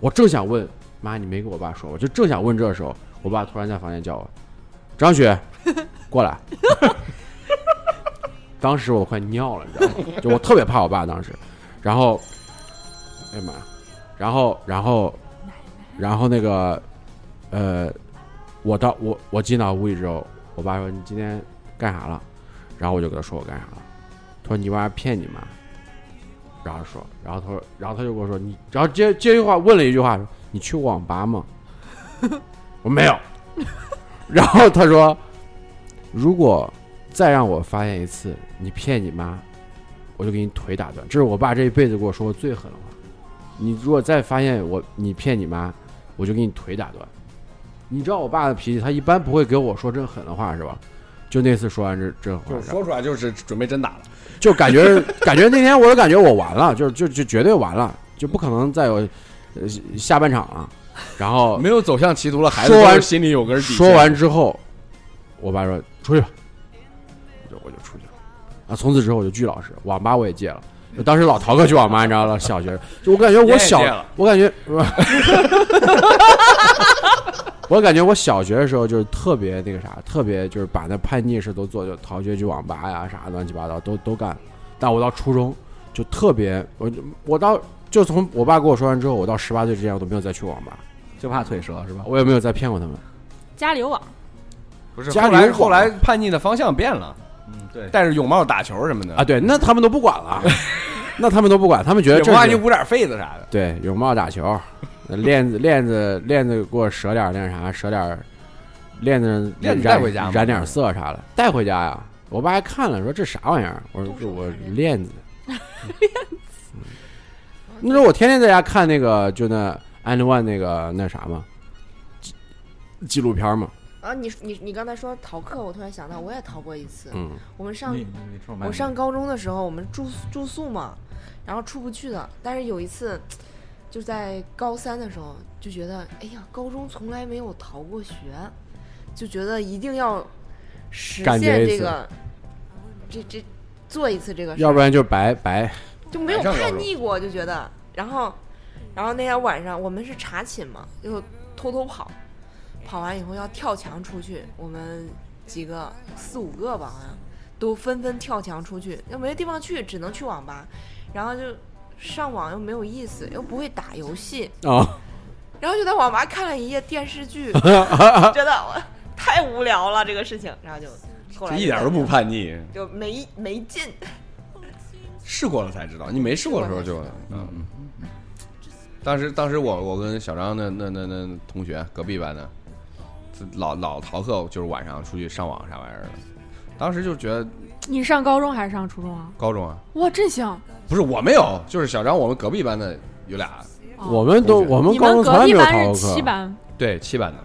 Speaker 5: 我正想问妈，你没跟我爸说，我就正想问这时候，我爸突然在房间叫我，张雪，过来。 当时我快尿了，你知道吗？就我特别怕我爸当时，然后，哎呀妈呀，然后然后然后那个呃，我到我我进到屋里之后，我爸说你今天干啥了？然后我就给他说我干啥了，他说你晚上骗你妈，然后说，然后他说，然后他就跟我说你，然后接接一句话问了一句话说你去网吧吗？我说没有，然后他说如果再让我发现一次你骗你妈，我就给你腿打断。这是我爸这一辈子给我说过最狠的话。你如果再发现我你骗你妈，我就给你腿打断。你知道我爸的脾气，他一般不会给我说这狠的话，是吧？就那次说完这这话，
Speaker 1: 就是说出来就是准备真打了，
Speaker 5: 就感觉 感觉那天我就感觉我完了，就是就就绝对完了，就不可能再有呃下半场了。然后
Speaker 1: 没有走向歧途了，孩子
Speaker 5: 说完
Speaker 1: 都是心里有根底线。
Speaker 5: 说完之后，我爸说出去吧，我就我就出去了。啊，从此之后我就巨老实，网吧我也戒了。就当时老逃课去网吧，你知道了，小学就我感觉我小
Speaker 1: 你也戒了，
Speaker 5: 我感觉， 我感觉我小学的时候就是特别那个啥，特别就是把那叛逆事都做，就逃学去网吧呀啥乱七八糟都都干。但我到初中就特别，我就我到就从我爸跟我说完之后，我到十八岁之前我都没有再去网吧，
Speaker 4: 就怕腿折是吧？
Speaker 5: 我也没有再骗过他们。
Speaker 3: 家里有网，
Speaker 1: 不是
Speaker 5: 家
Speaker 1: 后
Speaker 5: 里
Speaker 1: 来
Speaker 5: 有
Speaker 1: 后
Speaker 5: 网
Speaker 1: 来叛逆的方向变了，
Speaker 4: 嗯，对，
Speaker 1: 戴着泳帽打球什么的
Speaker 5: 啊，，对，那他们都不管 了，那他们都不管，他们觉得
Speaker 1: 泳
Speaker 5: 这
Speaker 1: 帽
Speaker 5: 是
Speaker 1: 就捂点痱子啥的。
Speaker 5: 对泳帽打球，链子链子链子给我折点儿那啥，折点儿链子
Speaker 1: 链子
Speaker 5: 染
Speaker 1: 带回家吗
Speaker 5: 染点儿色啥的，带回家呀。我爸还看了，说这啥玩意儿？我说这我链 子。链子。那时候我天天在家看那个，就那 And One 那个那啥嘛，纪纪录片嘛，
Speaker 2: 啊，你你你刚才说逃课，我突然想到，我也逃过一次。
Speaker 5: 嗯，
Speaker 2: 我们上
Speaker 4: 你你说
Speaker 2: 我上高中的时候，我们住住宿嘛，然后出不去的。但是有一次，就在高三的时候，就觉得，哎呀，高中从来没有逃过学，就觉得一定要实
Speaker 5: 感觉
Speaker 2: 现
Speaker 5: 一
Speaker 2: 这
Speaker 5: 次
Speaker 2: 个，这这做一次这个事儿，
Speaker 5: 要不然就是白白
Speaker 2: 就没有
Speaker 1: 晚上高
Speaker 2: 叛
Speaker 1: 中
Speaker 2: 逆过，就觉得。然后，然后那天晚上我们是查寝嘛，就偷偷跑，跑完以后要跳墙出去，我们几个四五个吧，好像都纷纷跳墙出去，又没地方去，只能去网吧，然后就上网又没有意思，又不会打游戏，
Speaker 5: 啊，
Speaker 2: 然后就在网吧看了一夜电视 剧，觉得我太无聊了这个事情，然后就后来
Speaker 1: 一点都不叛逆，
Speaker 2: 就没没劲。
Speaker 1: 嗯试过了才知道，你没试过的时候就嗯。当时当时我我跟小张那那那那同学隔壁班的，老老逃课，就是晚上出去上网啥玩意儿的。当时就觉得
Speaker 3: 你上高中还是上初中啊？
Speaker 1: 高中啊，
Speaker 3: 哇，真行！
Speaker 1: 不是我没有，就是小张我们隔壁班的有俩，
Speaker 5: 我们都我们
Speaker 3: 哦你
Speaker 5: 高中
Speaker 3: 们
Speaker 5: 从来
Speaker 3: 隔壁
Speaker 5: 没有逃
Speaker 3: 班
Speaker 5: 过
Speaker 3: 是
Speaker 5: 课啊
Speaker 3: 七。班，
Speaker 1: 对七班的，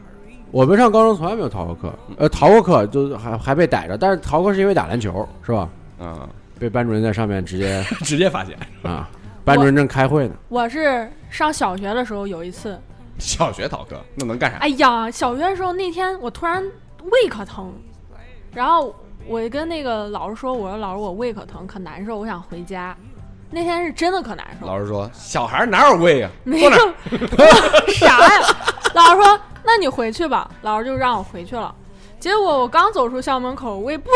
Speaker 5: 我们上高中从来没有逃过课，呃，逃过课就是还还被逮着，但是逃课是因为打篮球，是吧？
Speaker 1: 嗯，
Speaker 5: 被班主任在上面直接
Speaker 1: 直接发现。
Speaker 5: 啊，班主任正开会呢，
Speaker 3: 我是上小学的时候有一次，
Speaker 1: 小学逃课那能干啥？
Speaker 3: 哎呀，小学的时候那天我突然胃可疼，然后我跟那个老师说，我说老师我胃可疼，可难受，我想回家。那天是真的可难受，
Speaker 1: 老师说小孩哪有胃啊？
Speaker 3: 没有 啥呀？老师说：“那你回去吧。”老师就让我回去了。结果我刚走出校门口，我也不，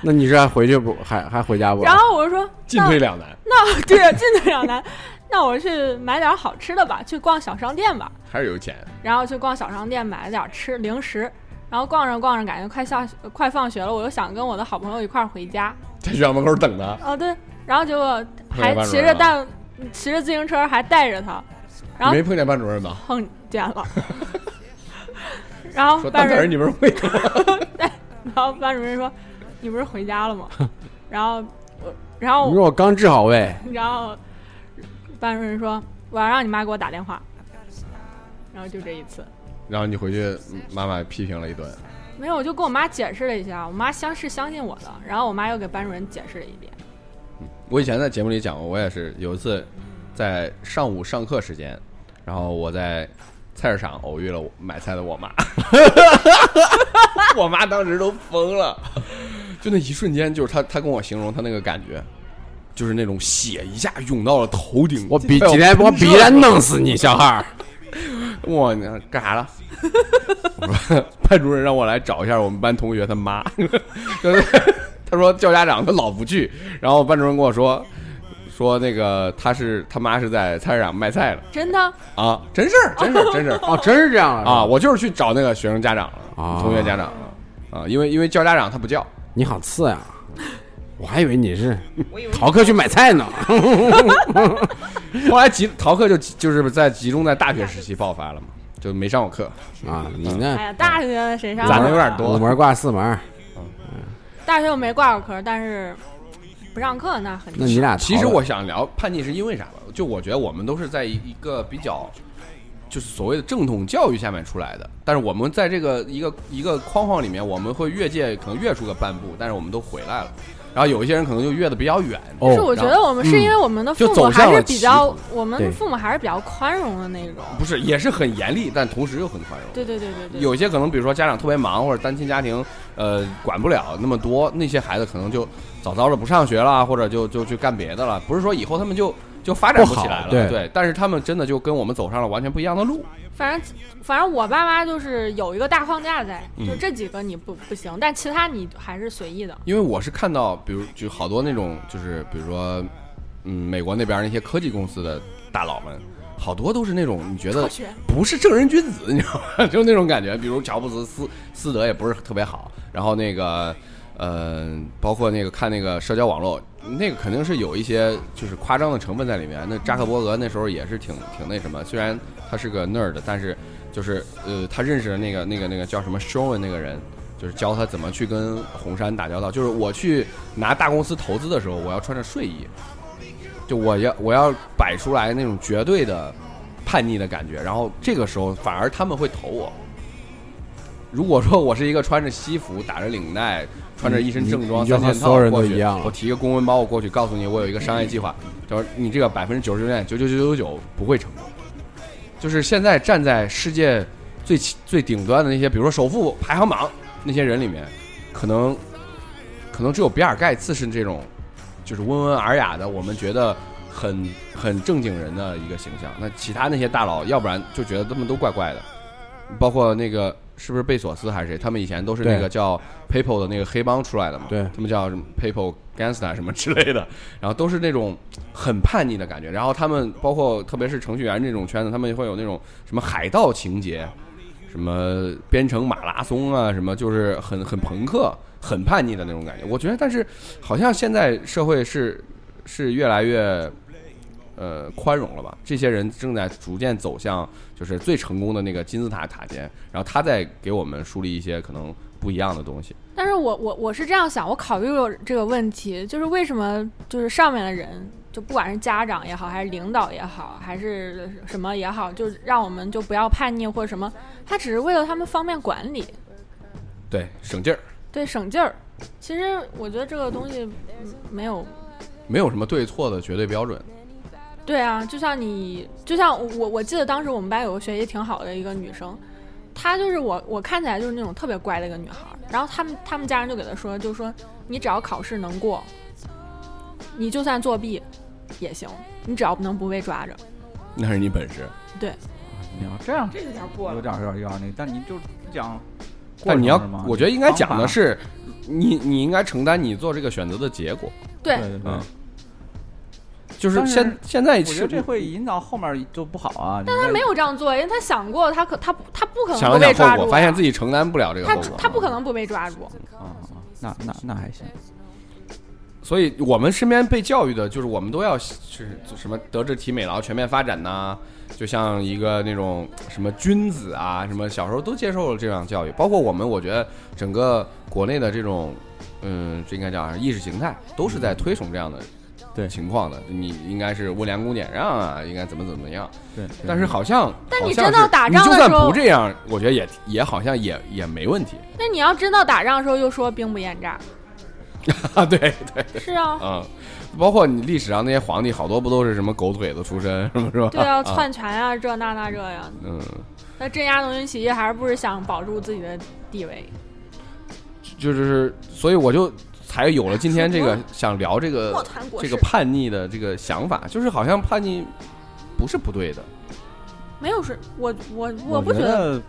Speaker 5: 那你是还回去不？还还回家不？啊
Speaker 3: 然后我就说，
Speaker 1: 进退两难，
Speaker 3: 那对啊，进退两难，那我去买点好吃的吧，去逛小商店吧，
Speaker 1: 还是有钱。
Speaker 3: 然后去逛小商店买了点吃零食，然后逛着逛着，感觉快下快放学了，我又想跟我的好朋友一块儿回家，
Speaker 1: 在学校门口等他，
Speaker 3: 啊对，然后结果还
Speaker 1: 碰见班主
Speaker 3: 骑
Speaker 1: 任
Speaker 3: 着
Speaker 1: 了
Speaker 3: 蛋，骑着自行车还带着他，然后
Speaker 1: 你没碰见班主任吧？
Speaker 3: 碰见了，然后
Speaker 1: 说 蛋蛋
Speaker 3: 班主任
Speaker 1: 儿你们会
Speaker 3: 然后班主任说：“你不是回家 了吗？”然后我，然后
Speaker 5: 你说我刚治好胃，
Speaker 3: 然后班主任说：“我要让你妈给我打电话。”然后就这一次，
Speaker 1: 然后你回去，嗯妈妈批评了一顿，
Speaker 3: 没有，我就跟我妈解释了一下，我妈相是相信我的，然后我妈又给班主任解释了一遍。
Speaker 1: 我以前在节目里讲过，我也是有一次在上午上课时间，然后我在菜市场偶遇了我买菜的我妈， 我妈当时都疯了，就那一瞬间，就是她她跟我形容她那个感觉，就是那种血一下涌到了头顶，
Speaker 5: 我比
Speaker 1: 快要
Speaker 5: 几天我
Speaker 1: 喷射
Speaker 5: 比天弄死你小孩儿。
Speaker 1: 我呢干啥了？ 我说班主任让我来找一下我们班同学他妈， 就是他说叫家长他老不去，然后班主任跟我说说那个他是他妈是在菜市场卖菜的
Speaker 3: 真的，
Speaker 1: 啊，真事儿真事儿真事 儿
Speaker 5: 哦，真是这样
Speaker 1: 啊，！我就是去找那个学生家长
Speaker 5: 啊
Speaker 1: 了，同学家长了啊，因为因为叫家长他不叫，
Speaker 5: 你好次呀，我还以为你是
Speaker 2: 我以为
Speaker 5: 逃课去买菜呢。
Speaker 1: 后来集逃课就就是在集中在大学时期爆发了嘛，就没上过课，
Speaker 5: 啊，你
Speaker 3: 哎
Speaker 5: 那
Speaker 3: 呀，大学谁上
Speaker 1: 攒的嗯
Speaker 3: 过
Speaker 1: 有点多
Speaker 5: 五门挂四门，
Speaker 3: 大学我没挂过科，但是不上课那很
Speaker 5: 那你俩逃了
Speaker 1: 其实我想聊叛逆是因为啥吧？就我觉得我们都是在一个比较，就是所谓的正统教育下面出来的，但是我们在这个一个一个框框里面，我们会越界，可能越出个半步，但是我们都回来了。然后有一些人可能就越的比较远，
Speaker 5: 哦
Speaker 3: 就是我觉得我们是因为我们的父
Speaker 1: 嗯就
Speaker 3: 母
Speaker 1: 走向
Speaker 3: 还
Speaker 1: 了
Speaker 3: 是比较
Speaker 1: 歧，
Speaker 3: 我
Speaker 5: 对
Speaker 3: 们父母还是比较宽容的那种。
Speaker 1: 不是也是很严厉，但同时又很宽容。
Speaker 3: 对对对对对，
Speaker 1: 有些可能，比如说家长特别忙，或者单亲家庭，呃，管不了那么多，那些孩子可能就早早的不上学了，或者就就去干别的了。不是说以后他们就就发展
Speaker 5: 不
Speaker 1: 不
Speaker 5: 好
Speaker 1: 起来了，
Speaker 5: 对
Speaker 1: 对，但是他们真的就跟我们走上了完全不一样的路。
Speaker 3: 反正反正我爸妈就是有一个大框架在，
Speaker 1: 嗯
Speaker 3: 就这几个你不不行，但其他你还是随意的。
Speaker 1: 因为我是看到，比如就好多那种，就是比如说，嗯，美国那边那些科技公司的大佬们，好多都是那种你觉得
Speaker 3: 学
Speaker 1: 不是正人君子， 你知道吗？就是那种感觉。比如乔布斯斯斯德也不是特别好，然后那个，呃，包括那个看那个社交网络，那个肯定是有一些就是夸张的成分在里面。那扎克伯格那时候也是挺挺那什么，虽然他是个 nerd，但是就是呃，他认识的那个那个那个叫什么 Sherwin 那个人，就是教他怎么去跟红杉打交道。就是我去拿大公司投资的时候，我要穿着睡衣，就我要我要摆出来那种绝对的叛逆的感觉，然后这个时候反而他们会投我。如果说我是一个穿着西服、打着领带、穿着一身正装、
Speaker 5: 你
Speaker 1: 三
Speaker 5: 你你就和
Speaker 1: 件
Speaker 5: 所有
Speaker 1: 套
Speaker 5: 人都
Speaker 1: 过去，
Speaker 5: 一样了
Speaker 1: 我提个公文包我过去，告诉你我有一个商业计划，就是你这个百分之九十九点九九九九九不会成功。就是现在站在世界最起最顶端的那些，比如说首富排行榜那些人里面，可能可能只有比尔盖茨是这种，就是温文尔雅的，我们觉得很很正经人的一个形象。那其他那些大佬，要不然就觉得他们都怪怪的，包括那个是不是贝索斯还是谁，他们以前都是那
Speaker 5: 对
Speaker 1: 个叫 PayPal 的那个黑帮出来的嘛，
Speaker 5: 对
Speaker 1: 他们叫什么 PayPal gangster 什么之类的，然后都是那种很叛逆的感觉。然后他们包括特别是程序员这种圈子，他们会有那种什么海盗情节，什么编程马拉松啊，什么就是很很朋克、很叛逆的那种感觉。我觉得，但是好像现在社会是是越来越呃宽容了吧？这些人正在逐渐走向就是最成功的那个金字塔塔尖，然后他在给我们树立一些可能不一样的东西。
Speaker 3: 但是我我我是这样想，我考虑过这个问题，就是为什么就是上面的人，就不管是家长也好，还是领导也好，还是什么也好，就让我们就不要叛逆或者什么，他只是为了他们方便管理，
Speaker 1: 对，省劲儿，
Speaker 3: 对省劲儿。其实我觉得这个东西嗯没有
Speaker 1: 没有什么对错的绝对标准。
Speaker 3: 对啊，就像你，就像我，我记得当时我们班有个学习挺好的一个女生，她就是我，我看起来就是那种特别乖的一个女孩儿。然后他们他们家人就给她说，就说你只要考试能过，你就算作弊也行，你只要能不被抓着。
Speaker 1: 那是你本事，
Speaker 4: 你要这样
Speaker 2: 这有点过
Speaker 4: 有
Speaker 2: 了。
Speaker 4: 点有点有点那，但你就不讲
Speaker 1: 但你要
Speaker 4: 过程是吗，
Speaker 1: 我觉得应该讲
Speaker 4: 方
Speaker 1: 的
Speaker 4: 法
Speaker 1: 是，你你应该承担你做这个选择的结果。
Speaker 3: 对
Speaker 4: 对对对
Speaker 1: 嗯，就是
Speaker 4: 但是
Speaker 1: 现现在
Speaker 4: 我觉得
Speaker 1: 是
Speaker 4: 这会引导后面就不好啊。但
Speaker 3: 他没有这样做，因为他想过，他可他不他不可能
Speaker 1: 想
Speaker 3: 不
Speaker 1: 了
Speaker 3: 被
Speaker 1: 想
Speaker 3: 抓
Speaker 1: 后
Speaker 3: 住
Speaker 1: 果，
Speaker 3: 啊，
Speaker 1: 发现自己承担不了这个
Speaker 3: 他
Speaker 1: 后果。嗯
Speaker 3: 他不可能不被抓住。
Speaker 2: 嗯
Speaker 4: 啊，那那那还行，
Speaker 1: 所以我们身边被教育的就是我们都要是什么德智体美劳全面发展呐、就像一个那种什么君子啊，什么小时候都接受了这样教育，包括我们，我觉得整个国内的这种，嗯，这应该叫啥意识形态，都是在推崇这样的
Speaker 4: 对
Speaker 1: 情况的。你应该是温良恭俭让啊，应该怎么怎么样。
Speaker 4: 对。
Speaker 1: 但是好像，
Speaker 3: 但
Speaker 1: 好
Speaker 3: 你
Speaker 1: 像
Speaker 3: 真到
Speaker 1: 是
Speaker 3: 打仗
Speaker 1: 你
Speaker 3: 的
Speaker 1: 就算
Speaker 3: 时候
Speaker 1: 不这样，我觉得也也好像也也没问题
Speaker 3: 那你要真到打仗的时候又说兵不厌诈，
Speaker 1: 啊。对对，
Speaker 3: 是啊，
Speaker 1: 嗯，包括你历史上那些皇帝，好多不都是什么狗腿子出身， 什么是吧？
Speaker 3: 对啊，
Speaker 1: 啊
Speaker 3: 篡权啊，这那那这呀，
Speaker 1: 嗯，
Speaker 3: 那镇压农民起义还是不是想保住自己的地位？
Speaker 1: 就就是，所以我就才有了今天这个想聊这个
Speaker 2: 莫谈国
Speaker 1: 这
Speaker 2: 事
Speaker 1: 个。叛逆的这个想法，就是好像叛逆不是不对的，
Speaker 3: 没有是，我我
Speaker 4: 我
Speaker 3: 不觉得，
Speaker 4: 得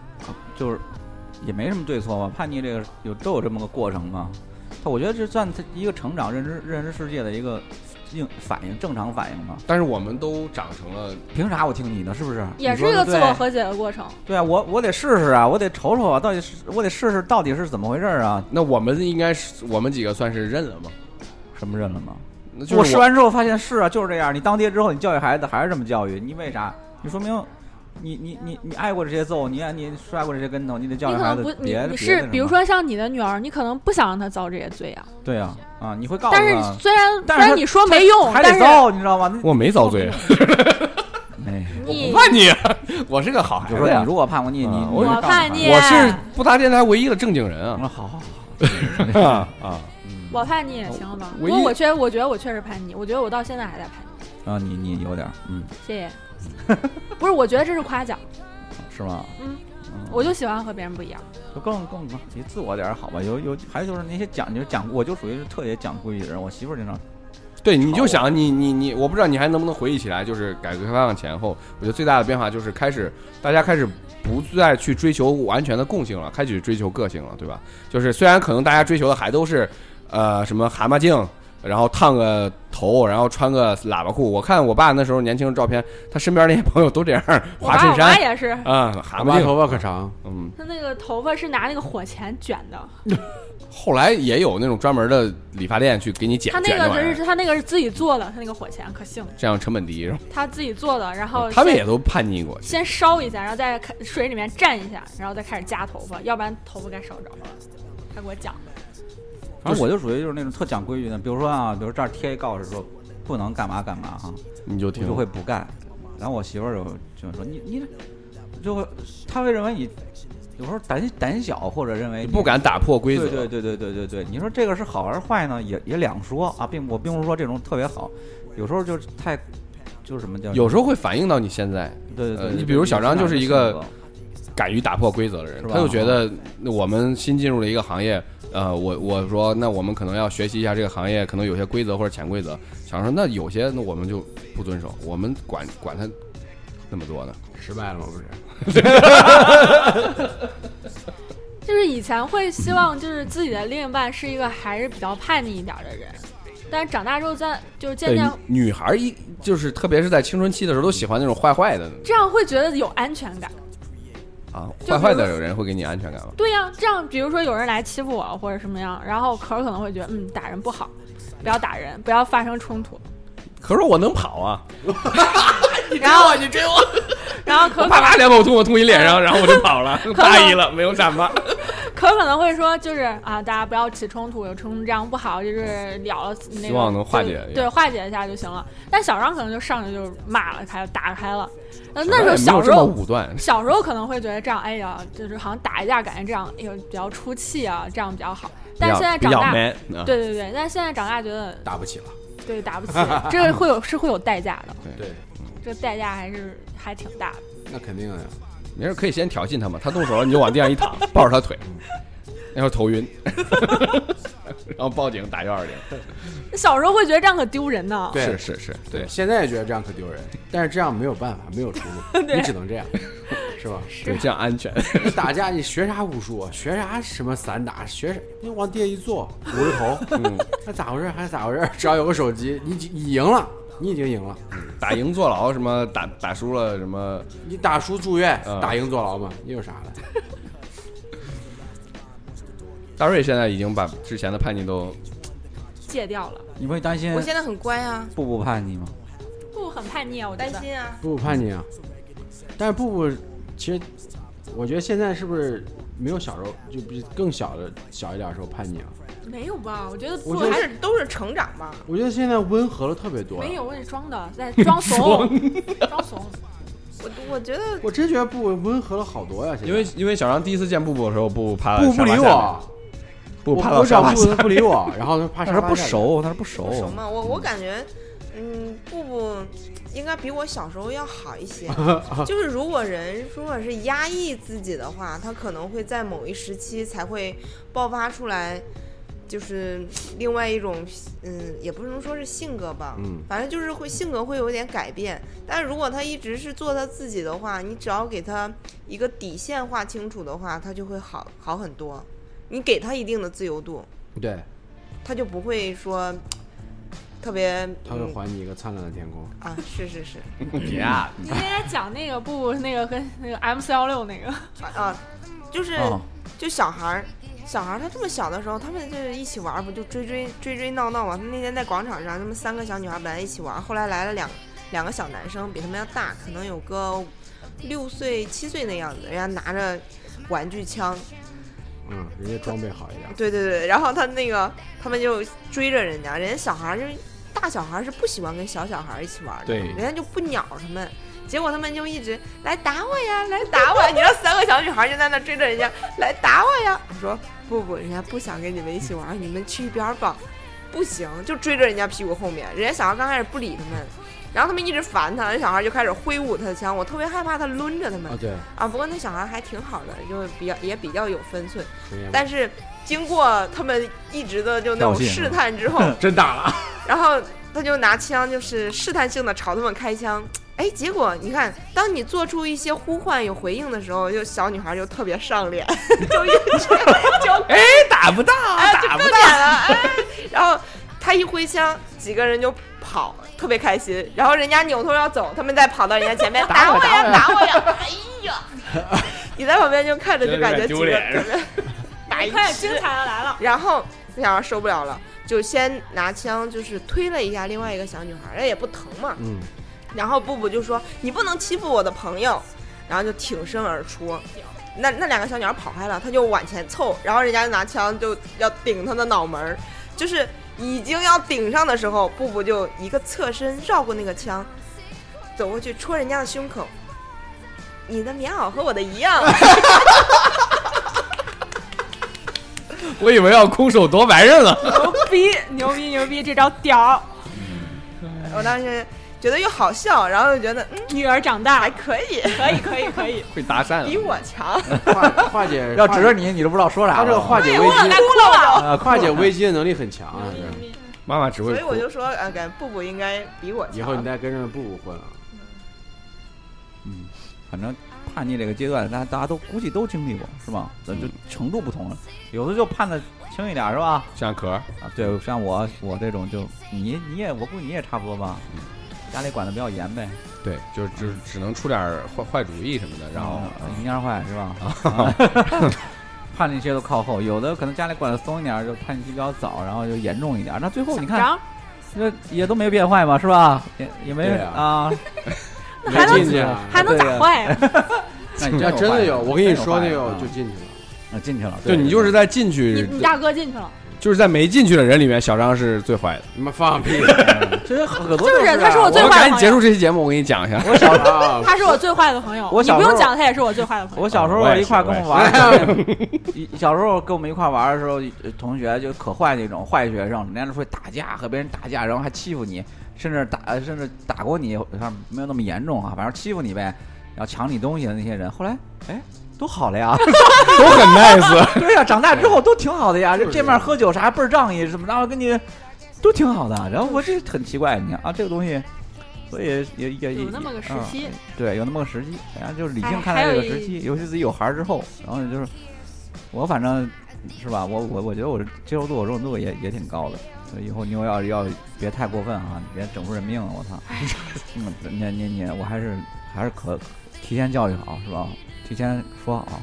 Speaker 4: 就是也没什么对错吧。叛逆这个有都有这么个过程嘛。他我觉得这算他一个成长、认知、认识世界的一个应反应，正常反应嘛。
Speaker 1: 但是我们都长成了，
Speaker 4: 凭啥我听你的？是不是？
Speaker 3: 也
Speaker 4: 你
Speaker 3: 是
Speaker 4: 说
Speaker 3: 一
Speaker 4: 的
Speaker 3: 个自我
Speaker 4: 对
Speaker 3: 和解的过程。
Speaker 4: 对啊，我我得试试啊，我得瞅瞅啊，到底是我得试试到底是怎么回事儿啊？
Speaker 1: 那我们应该是我们几个算是认了吗？
Speaker 4: 什么认了吗？
Speaker 1: 那
Speaker 4: 我
Speaker 1: 就是
Speaker 4: 试完之后发现是啊，就是这样。你当爹之后，你教育孩子还是这么教育，你为啥？你说明你你你你挨过这些揍，你你摔过这些跟头，你得教
Speaker 3: 你
Speaker 4: 育
Speaker 3: 可
Speaker 4: 孩
Speaker 3: 能
Speaker 4: 子
Speaker 3: 不，你
Speaker 4: 别别
Speaker 3: 你
Speaker 4: 那
Speaker 3: 是
Speaker 4: 什么
Speaker 3: 比如说像你的女儿，你可能不想让她遭这些罪啊。
Speaker 4: 对啊啊，你会告诉
Speaker 3: 但
Speaker 4: 他
Speaker 3: 是虽然虽
Speaker 4: 但是
Speaker 3: 然
Speaker 4: 他
Speaker 3: 你说没用，
Speaker 4: 还
Speaker 3: 但
Speaker 4: 得
Speaker 3: 是
Speaker 4: 揍，你知道吗？那
Speaker 1: 我没遭罪， 啊
Speaker 4: 哎，
Speaker 1: 我
Speaker 3: 你
Speaker 1: 不叛逆， 我是个好孩
Speaker 4: 就
Speaker 1: 子
Speaker 4: 说
Speaker 1: 呀
Speaker 4: 你如果叛过逆，你
Speaker 1: 嗯
Speaker 4: 你
Speaker 1: 我
Speaker 4: 会
Speaker 3: 我
Speaker 4: 告诉
Speaker 3: 叛
Speaker 4: 他
Speaker 3: 逆
Speaker 1: 我是不搭电台唯一的正经人
Speaker 4: 我
Speaker 1: 啊
Speaker 4: 说好好好，
Speaker 1: 啊啊！
Speaker 3: 我叛逆也行了吧？不
Speaker 1: 唯一
Speaker 3: 过我确我觉得我确实叛逆，我觉得我到现在还在叛逆。
Speaker 4: 啊，你你有点儿嗯，
Speaker 3: 谢谢。 不是，我觉得这是夸奖，
Speaker 4: 是吗？
Speaker 3: 嗯
Speaker 4: 嗯，
Speaker 3: 我就喜欢和别人不一样。
Speaker 4: 就更更更你自我点儿好吧？有有，还有就是那些讲究讲，我就属于是特别讲规矩的人，我媳妇儿经常
Speaker 1: 对，你
Speaker 4: 好
Speaker 1: 就
Speaker 4: 啊
Speaker 1: 想你你你，我不知道你还能不能回忆起来，就是改革开放前后，我觉得最大的变化就是开始大家开始不再去追求完全的共性了，开始追求个性了，对吧？就是虽然可能大家追求的还都是，呃，什么蛤蟆镜，然后烫个头，然后穿个喇叭裤。我看我爸那时候年轻的照片，他身边那些朋友都这样，
Speaker 3: 我
Speaker 1: 花
Speaker 3: 爸
Speaker 1: 衬
Speaker 3: 我妈
Speaker 1: 衫
Speaker 3: 也是，
Speaker 1: 啊、
Speaker 5: 我
Speaker 1: 蛤蟆
Speaker 5: 妈
Speaker 1: 镜，
Speaker 5: 头发可长，
Speaker 1: 嗯。
Speaker 3: 他那个头发是拿那个火钳卷的，
Speaker 1: 后来也有那种专门的理发店去给你剪
Speaker 3: 他那
Speaker 1: 剪这
Speaker 3: 个
Speaker 1: 玩意儿，
Speaker 3: 是他那个是自己做的，他那个火钳可幸
Speaker 1: 这样成本低，是吧
Speaker 3: 他自己做的，然后
Speaker 1: 他们
Speaker 3: 先
Speaker 1: 也都叛逆过。
Speaker 3: 先烧一下，然后再开水里面蘸一下，然后再开始夹头发，要不然头发该烧着了。他给我讲，
Speaker 4: 反正我就属于就是那种特讲规矩的，比如说啊，比如这儿贴一告示说不能干嘛干嘛哈、
Speaker 1: 你就
Speaker 4: 我
Speaker 1: 听
Speaker 4: 就会不干。然后我媳妇儿就就说你你这就会，她会认为你有时候胆胆小，或者认为
Speaker 1: 你
Speaker 4: 你
Speaker 1: 不敢打破规则，
Speaker 4: 对对对对对对对，你说这个是好还是坏呢？也也两说啊，并我并不是说这种特别好，有时候就是太就是什么叫
Speaker 1: 有时候会反映到你现在
Speaker 4: 对对对
Speaker 1: 呃
Speaker 4: 对，
Speaker 1: 你
Speaker 4: 对
Speaker 1: 比如
Speaker 4: 对
Speaker 1: 小张就是一个
Speaker 4: 性格
Speaker 1: 敢于打破规则的人
Speaker 4: 是，吧
Speaker 1: 他就觉得我们新进入了一个行业，呃，我我说那我们可能要学习一下这个行业，可能有些规则或者潜规则，想说那有些那我们就不遵守，我们管管他那么多呢，
Speaker 5: 失败了吗？不是，
Speaker 3: 就是以前会希望就是自己的另一半是一个还是比较叛逆一点的人，但是长大之后在就是渐
Speaker 1: 对
Speaker 3: 渐，
Speaker 1: 女孩一就是特别是在青春期的时候都喜欢那种坏坏的
Speaker 3: 这样会觉得有安全感。
Speaker 1: 啊，
Speaker 3: 就比
Speaker 1: 坏
Speaker 3: 如
Speaker 1: 坏的有人会给你安全感吗？
Speaker 3: 对呀、这样比如说有人来欺负我或者什么样，然后可儿可能会觉得嗯打人不好，不要打人，不要发生冲突。
Speaker 1: 可是我能跑 啊，
Speaker 3: 然后你追我，然后可
Speaker 1: 我
Speaker 3: 儿
Speaker 1: 啪
Speaker 3: 可
Speaker 1: 啪两口吐我吐你脸 上，然后我就跑了，大意了，没有闪吧。
Speaker 3: 可儿可能会说就是啊大家不要起冲突，有冲突这样不好，就是了了那个
Speaker 1: 希望能化解
Speaker 3: 就
Speaker 1: 一下
Speaker 3: 对化解一下就行了。但小张可能就上去就骂了他，打开了。那
Speaker 1: 也
Speaker 3: 那时
Speaker 1: 没
Speaker 3: 候
Speaker 1: 有
Speaker 3: 小时
Speaker 1: 这么
Speaker 3: 候
Speaker 1: 武断，
Speaker 3: 小时候可能会觉得这样，哎呀，就是好像打一架，感觉这样，哎呦比较出气啊，这样比较好。但是现在
Speaker 1: 比较
Speaker 3: 长大，
Speaker 1: 比较 man 啊。
Speaker 3: 对对对，但是现在长大觉得，
Speaker 5: 打不起了。
Speaker 3: 对打不起， 这个会有是会有代价的，
Speaker 5: 对，
Speaker 3: 这个代价还是还挺大的。
Speaker 5: 那肯定的呀。
Speaker 1: 没事，可以先挑衅他嘛。他动手了，你就往地上一躺，抱着他腿，然后头晕， 然后报警打幺二零。
Speaker 3: 小时候会觉得这样可丢人呢，
Speaker 5: 对
Speaker 1: 是是是，
Speaker 5: 对，现在觉得这样可丢人，但是这样没有办法，没有出路，你只能这样。是吧？
Speaker 1: 对，这样安全。
Speaker 5: 你打架你学啥武术啊？学啥什么散打？学啥？你往地下一坐，捂着头，嗯，那咋回事？还咋回事？只要有个手机，你已你赢了，你已经赢了。
Speaker 1: 打赢坐牢什么打打输了什么，
Speaker 5: 你打输住院，
Speaker 1: 嗯
Speaker 5: 打赢坐牢嘛？你有啥的？
Speaker 1: 大瑞现在已经把之前的叛逆都
Speaker 3: 戒掉了。
Speaker 4: 你不会担心
Speaker 2: 我现在很乖啊，
Speaker 4: 步步叛逆吗？
Speaker 3: 不很叛逆啊，我
Speaker 2: 担
Speaker 3: 担心。
Speaker 2: 心啊，
Speaker 5: 步步叛逆啊，但是步步其实，我觉得现在是不是没有小时候就比更小的小一点的时候叛逆啊？
Speaker 3: 没有吧？我觉得
Speaker 5: 我
Speaker 3: 不
Speaker 5: 觉得
Speaker 2: 还
Speaker 3: 还
Speaker 2: 是都是成长吧。
Speaker 5: 我觉得现在温和了特别多。
Speaker 3: 没有，我也 装的，在装怂， 装怂。
Speaker 2: 我我觉得
Speaker 5: 我真觉得步步温和了好多呀、现在
Speaker 1: 因为因为小张第一次见布布的时候，布布趴在
Speaker 5: 步步不
Speaker 1: 啊沙发
Speaker 5: 理
Speaker 1: 下面
Speaker 5: 我，
Speaker 1: 布布
Speaker 5: 我
Speaker 1: 趴到
Speaker 5: 我
Speaker 1: 沙
Speaker 5: 找
Speaker 1: 发
Speaker 5: 步
Speaker 1: 下
Speaker 5: 步他不理我，然后他怕
Speaker 4: 那
Speaker 5: 啥？
Speaker 4: 是不熟，那是不熟
Speaker 2: 不。熟嘛，我我感觉，嗯，布布应该比我小时候要好一些。就是如果人如果是压抑自己的话，他可能会在某一时期才会爆发出来，就是另外一种，嗯，也不能说是性格吧，
Speaker 5: 嗯
Speaker 2: 反正就是会性格会有点改变。但如果他一直是做他自己的话，你只要给他一个底线画清楚的话，他就会好好很多。你给他一定的自由度，
Speaker 5: 对，
Speaker 2: 他就不会说特别
Speaker 5: 他会
Speaker 2: 嗯
Speaker 5: 还你一个灿烂的天空。
Speaker 2: 啊，是是是
Speaker 1: 别啊，
Speaker 3: 你应该讲那个不那个跟那个 M 四幺六那个，
Speaker 2: 啊啊，就是、
Speaker 5: 哦
Speaker 4: 啊，
Speaker 2: 就小孩儿，小孩儿他这么小的时候，他们就是一起玩儿，不就追追追追闹闹嘛？他们那天在广场上，他们三个小女孩本来一起玩儿，后来来了两两个小男生，比他们要大，可能有个六岁七岁那样子，人家拿着玩具枪，
Speaker 5: 嗯，人家装备好一点。
Speaker 2: 对对对，然后他那个他们就追着人家，人家小孩儿就是大小孩儿是不喜欢跟小小孩儿一起玩儿的，
Speaker 1: 对
Speaker 2: 人家就不鸟他们。结果他们就一直来打我呀， 来打我呀！你知道三个小女孩就在那追着人家来打我呀。我说不不，人家不想跟你们一起玩儿，你们去一边儿吧。不行，就追着人家屁股后面。人家小孩刚开始不理他们，然后他们一直烦他，那小孩就开始挥舞他的枪。我特别害怕他抡着他们
Speaker 5: 啊，对，
Speaker 2: 啊。不过那小孩还挺好的，就是比较也比较有分寸。
Speaker 5: 人家
Speaker 2: 但是经过他们一直的就那种
Speaker 4: 挑衅
Speaker 2: 试探之后，
Speaker 5: 真打了，
Speaker 2: 然后他就拿枪，就是试探性的朝他们开枪。哎，结果你看，当你做出一些呼唤有回应的时候，就小女孩就特别上脸，就一直就
Speaker 1: 哎，打不到，
Speaker 2: 哎就
Speaker 1: 打
Speaker 2: 更
Speaker 1: 不
Speaker 2: 脸
Speaker 1: 到，
Speaker 2: 了， 哎，然后他一挥枪，几个人就跑，特别开心。然后人家扭头要走，他们再跑到人家前面打我呀，打我呀，哎呀！你在旁边就看着就感觉
Speaker 1: 有点丢脸
Speaker 2: 几个特别 白
Speaker 3: 快
Speaker 2: 痴
Speaker 3: 精彩的来了。
Speaker 2: 然后那小孩受不了了，就先拿枪就是推了一下另外一个小女孩，哎那也不疼嘛。
Speaker 5: 嗯，
Speaker 2: 然后布布就说：“你不能欺负我的朋友。”然后就挺身而出。那那两个小女孩跑开了，他就往前凑，然后人家就拿枪就要顶他的脑门儿，就是已经要顶上的时候，布布就一个侧身绕过那个枪，走过去戳人家的胸口。你的棉袄和我的一样，
Speaker 1: 我以为要空手夺白刃了。
Speaker 3: 牛逼，牛逼，牛逼！这招屌，
Speaker 2: 我当时觉得又好笑，然后又觉得嗯
Speaker 3: 女儿长
Speaker 2: 还
Speaker 3: 大，
Speaker 2: 可以，
Speaker 3: 可以，可以，可以。
Speaker 1: 会搭讪
Speaker 2: 嗯比
Speaker 1: 了，
Speaker 2: 我强。
Speaker 5: 化化解
Speaker 4: 要指着你，你都不知道说啥
Speaker 5: 他
Speaker 4: 了。
Speaker 5: 这个
Speaker 2: 哎
Speaker 5: 化解危
Speaker 3: 哎我来
Speaker 5: 机，呃
Speaker 3: 哭了，
Speaker 4: 啊，
Speaker 5: 化解
Speaker 4: 快
Speaker 5: 危机的能力很强啊！
Speaker 3: 牛
Speaker 5: 这
Speaker 3: 逼
Speaker 1: 妈妈只会
Speaker 2: 所以我
Speaker 1: 哭
Speaker 2: 就说，呃，感觉布布应该比我强。
Speaker 5: 以后你再跟着步步混了，
Speaker 4: 嗯， 反正叛逆这个阶段，大家大家都估计都经历过，是吧？咱就程度不同了，有的就叛的轻一点，是吧？
Speaker 1: 像壳儿，
Speaker 4: 啊，对，像我我这种就你你也我估计你也差不多吧，家里管的比较严呗，
Speaker 1: 对，就是就是只能出点儿坏坏主意什么的，然后嗯
Speaker 4: 啊一蔫坏是吧？啊 叛逆期都靠后，有的可能家里管的松一点，就叛逆期比较早，然后就严重一点。那最后你看，
Speaker 3: 长
Speaker 4: 那也都没变坏嘛，是吧？也也没
Speaker 5: 对
Speaker 4: 啊，
Speaker 5: 没
Speaker 3: 还能
Speaker 5: 进去啊，
Speaker 3: 还能咋坏呀？
Speaker 4: 那你
Speaker 5: 要真
Speaker 4: 的
Speaker 5: 的有，我跟你说那
Speaker 4: 有
Speaker 5: 个
Speaker 4: 坏
Speaker 5: 就进去了。
Speaker 4: 啊进去了，
Speaker 1: 就
Speaker 4: 对
Speaker 1: 你就是在进
Speaker 3: 你
Speaker 1: 去，
Speaker 3: 你大哥进去了，
Speaker 1: 就是在没进去的人里面，小张是最坏的。
Speaker 5: 你们放 屁！
Speaker 4: 其实很多
Speaker 3: 就
Speaker 4: 都
Speaker 3: 是他是我最
Speaker 1: 我
Speaker 3: 坏
Speaker 1: 赶
Speaker 3: 的
Speaker 1: 紧
Speaker 3: 朋
Speaker 1: 结
Speaker 3: 友。
Speaker 1: 束这期节目，我给你讲一下。
Speaker 5: 我啊小时候，
Speaker 3: 他是我最坏的朋友，
Speaker 4: 我
Speaker 3: 你
Speaker 4: 小
Speaker 3: 不
Speaker 4: 时候
Speaker 3: 用讲，他也是我最坏的朋友。
Speaker 4: 我小时候
Speaker 1: 啊我也
Speaker 4: 一块儿
Speaker 1: 是
Speaker 4: 跟我
Speaker 1: 我
Speaker 4: 玩儿，一小时候跟我们一块儿玩儿的时候，呃同学就可坏那种坏学生，人家都会打架，和别人打架，然后还欺负你，甚至打呃甚至打过你，反正没有那么严重啊，反正欺负你呗，然后抢你东西的那些人，后来哎。都好了呀，
Speaker 1: 都很 nice，
Speaker 4: 对 呀、长大之后都挺好的呀，
Speaker 5: 就
Speaker 4: 就是见面喝酒啥哎嗯倍儿仗义什么的，然后跟你都挺好的。然后我这很奇怪，你看啊，这个东西所以也也也
Speaker 3: 有那么个时期
Speaker 4: 嗯对，有那么个时期，大家就是理
Speaker 3: 哎
Speaker 4: 性看
Speaker 3: 还
Speaker 4: 待这
Speaker 3: 有
Speaker 4: 个时
Speaker 3: 一
Speaker 4: 期，尤其自己有孩儿之后，然后就是我反正是吧，我我我觉得我接受度、我容忍度也也挺高的，所以以后你要要别太过分啊，你别整出人命啊，我 操！嗯你你你，我还是还是可提前教育好是吧？提前说好，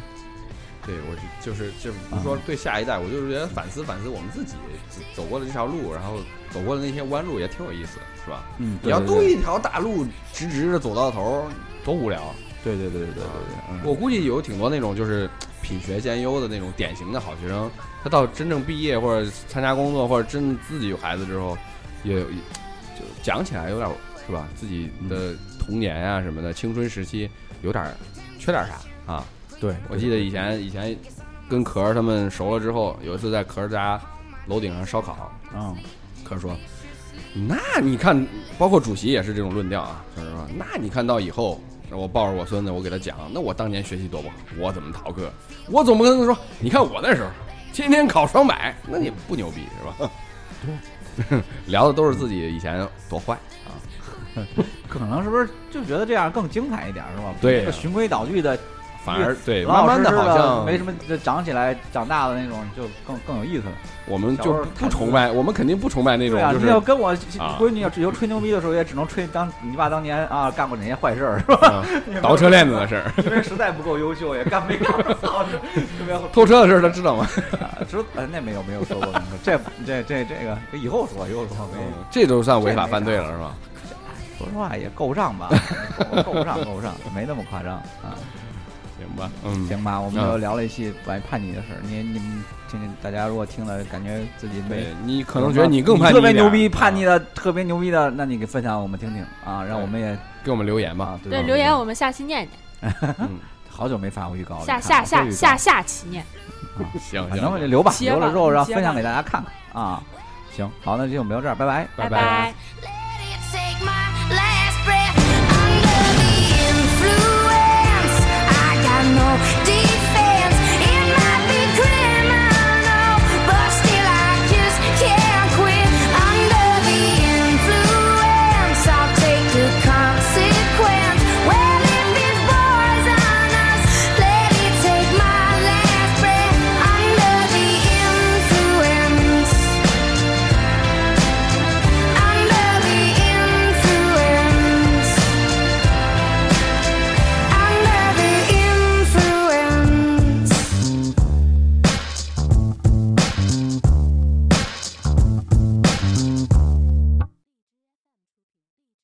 Speaker 1: 对，我就就是就是不是说对下一代，我就是觉得反思反思我们自己走走过的这条路，然后走过的那些弯路也挺有意思的，是吧？
Speaker 4: 嗯，
Speaker 1: 你要都一条大路直直的走到头，多无聊！啊
Speaker 4: 对对对对对对对，
Speaker 1: 我估计有挺多那种就是品学兼优的那种典型的好学生，他到真正毕业或者参加工作或者真自己有孩子之后，也有一就讲起来有点儿是吧？自己的童年啊什么的，青春时期有点儿缺点儿啥啊？
Speaker 5: 对，
Speaker 1: 我记得以前以前跟壳儿他们熟了之后，有一次在壳儿家楼顶上烧烤，
Speaker 4: 嗯
Speaker 1: 可是说，那你看，包括主席也是这种论调啊，就是说，那你看到以后，我抱着我孙子，我给他讲，那我当年学习多不好，我怎么逃课，我总不跟他说，你看我那时候天天考双百，那你不牛逼是吧？ 聊的都是自己以前多坏啊，
Speaker 4: 可能是不是就觉得这样更精彩一点是吧？
Speaker 1: 对
Speaker 4: 不是循规蹈矩的
Speaker 1: 反而对，慢
Speaker 4: 老老
Speaker 1: 慢
Speaker 4: 实
Speaker 1: 的
Speaker 4: 实
Speaker 1: 好像
Speaker 4: 没什么，就长起来长大的那种就更更有意思了。
Speaker 1: 我们就不崇拜，我们肯定不崇拜那种
Speaker 4: 对啊，
Speaker 1: 就
Speaker 4: 你
Speaker 1: 是
Speaker 4: 要跟我闺女要
Speaker 1: 啊
Speaker 4: 只有吹牛逼的时候，也只能吹当你爸当年啊干过哪些坏事儿，是吧？
Speaker 1: 嗯倒车链子的事儿、
Speaker 4: 因为实在不够优秀，也干没搞 操，特别好
Speaker 1: 偷车的事儿，他知道吗？
Speaker 4: 知呃那没有没有说过，这这这这个以后说以后说没有，
Speaker 1: 这都算违法犯罪了是吧？
Speaker 4: 说实话也够不上吧，够不上够不上，没那么夸张啊。
Speaker 1: 行吧，嗯，
Speaker 4: 行吧，我们又聊了一期关于叛逆的事儿，你你们听听，大家如果听了感觉自己没
Speaker 1: 对你可能觉得你更叛逆一
Speaker 4: 特
Speaker 1: 点，
Speaker 4: 别牛逼，叛逆
Speaker 1: 啊
Speaker 4: 的特别牛逼的，那你给分享我们听听啊，让我们也
Speaker 1: 给我们留言吧。
Speaker 4: 啊，
Speaker 3: 对，
Speaker 4: 吧
Speaker 3: 留言我们下期念念，
Speaker 1: 嗯，
Speaker 4: 好久没发过预告了，
Speaker 3: 下
Speaker 4: 看
Speaker 3: 下
Speaker 4: 看
Speaker 3: 下
Speaker 4: 会预告
Speaker 3: 下下期念。
Speaker 1: 行
Speaker 4: 反
Speaker 1: 行，
Speaker 4: 正我就留吧，
Speaker 3: 结吧
Speaker 4: 留了之后，然后
Speaker 3: 结吧
Speaker 4: 分享给大家看看啊。行，好，那这期我们聊这儿，拜拜。
Speaker 1: 拜
Speaker 3: 拜
Speaker 1: 拜。
Speaker 6: Let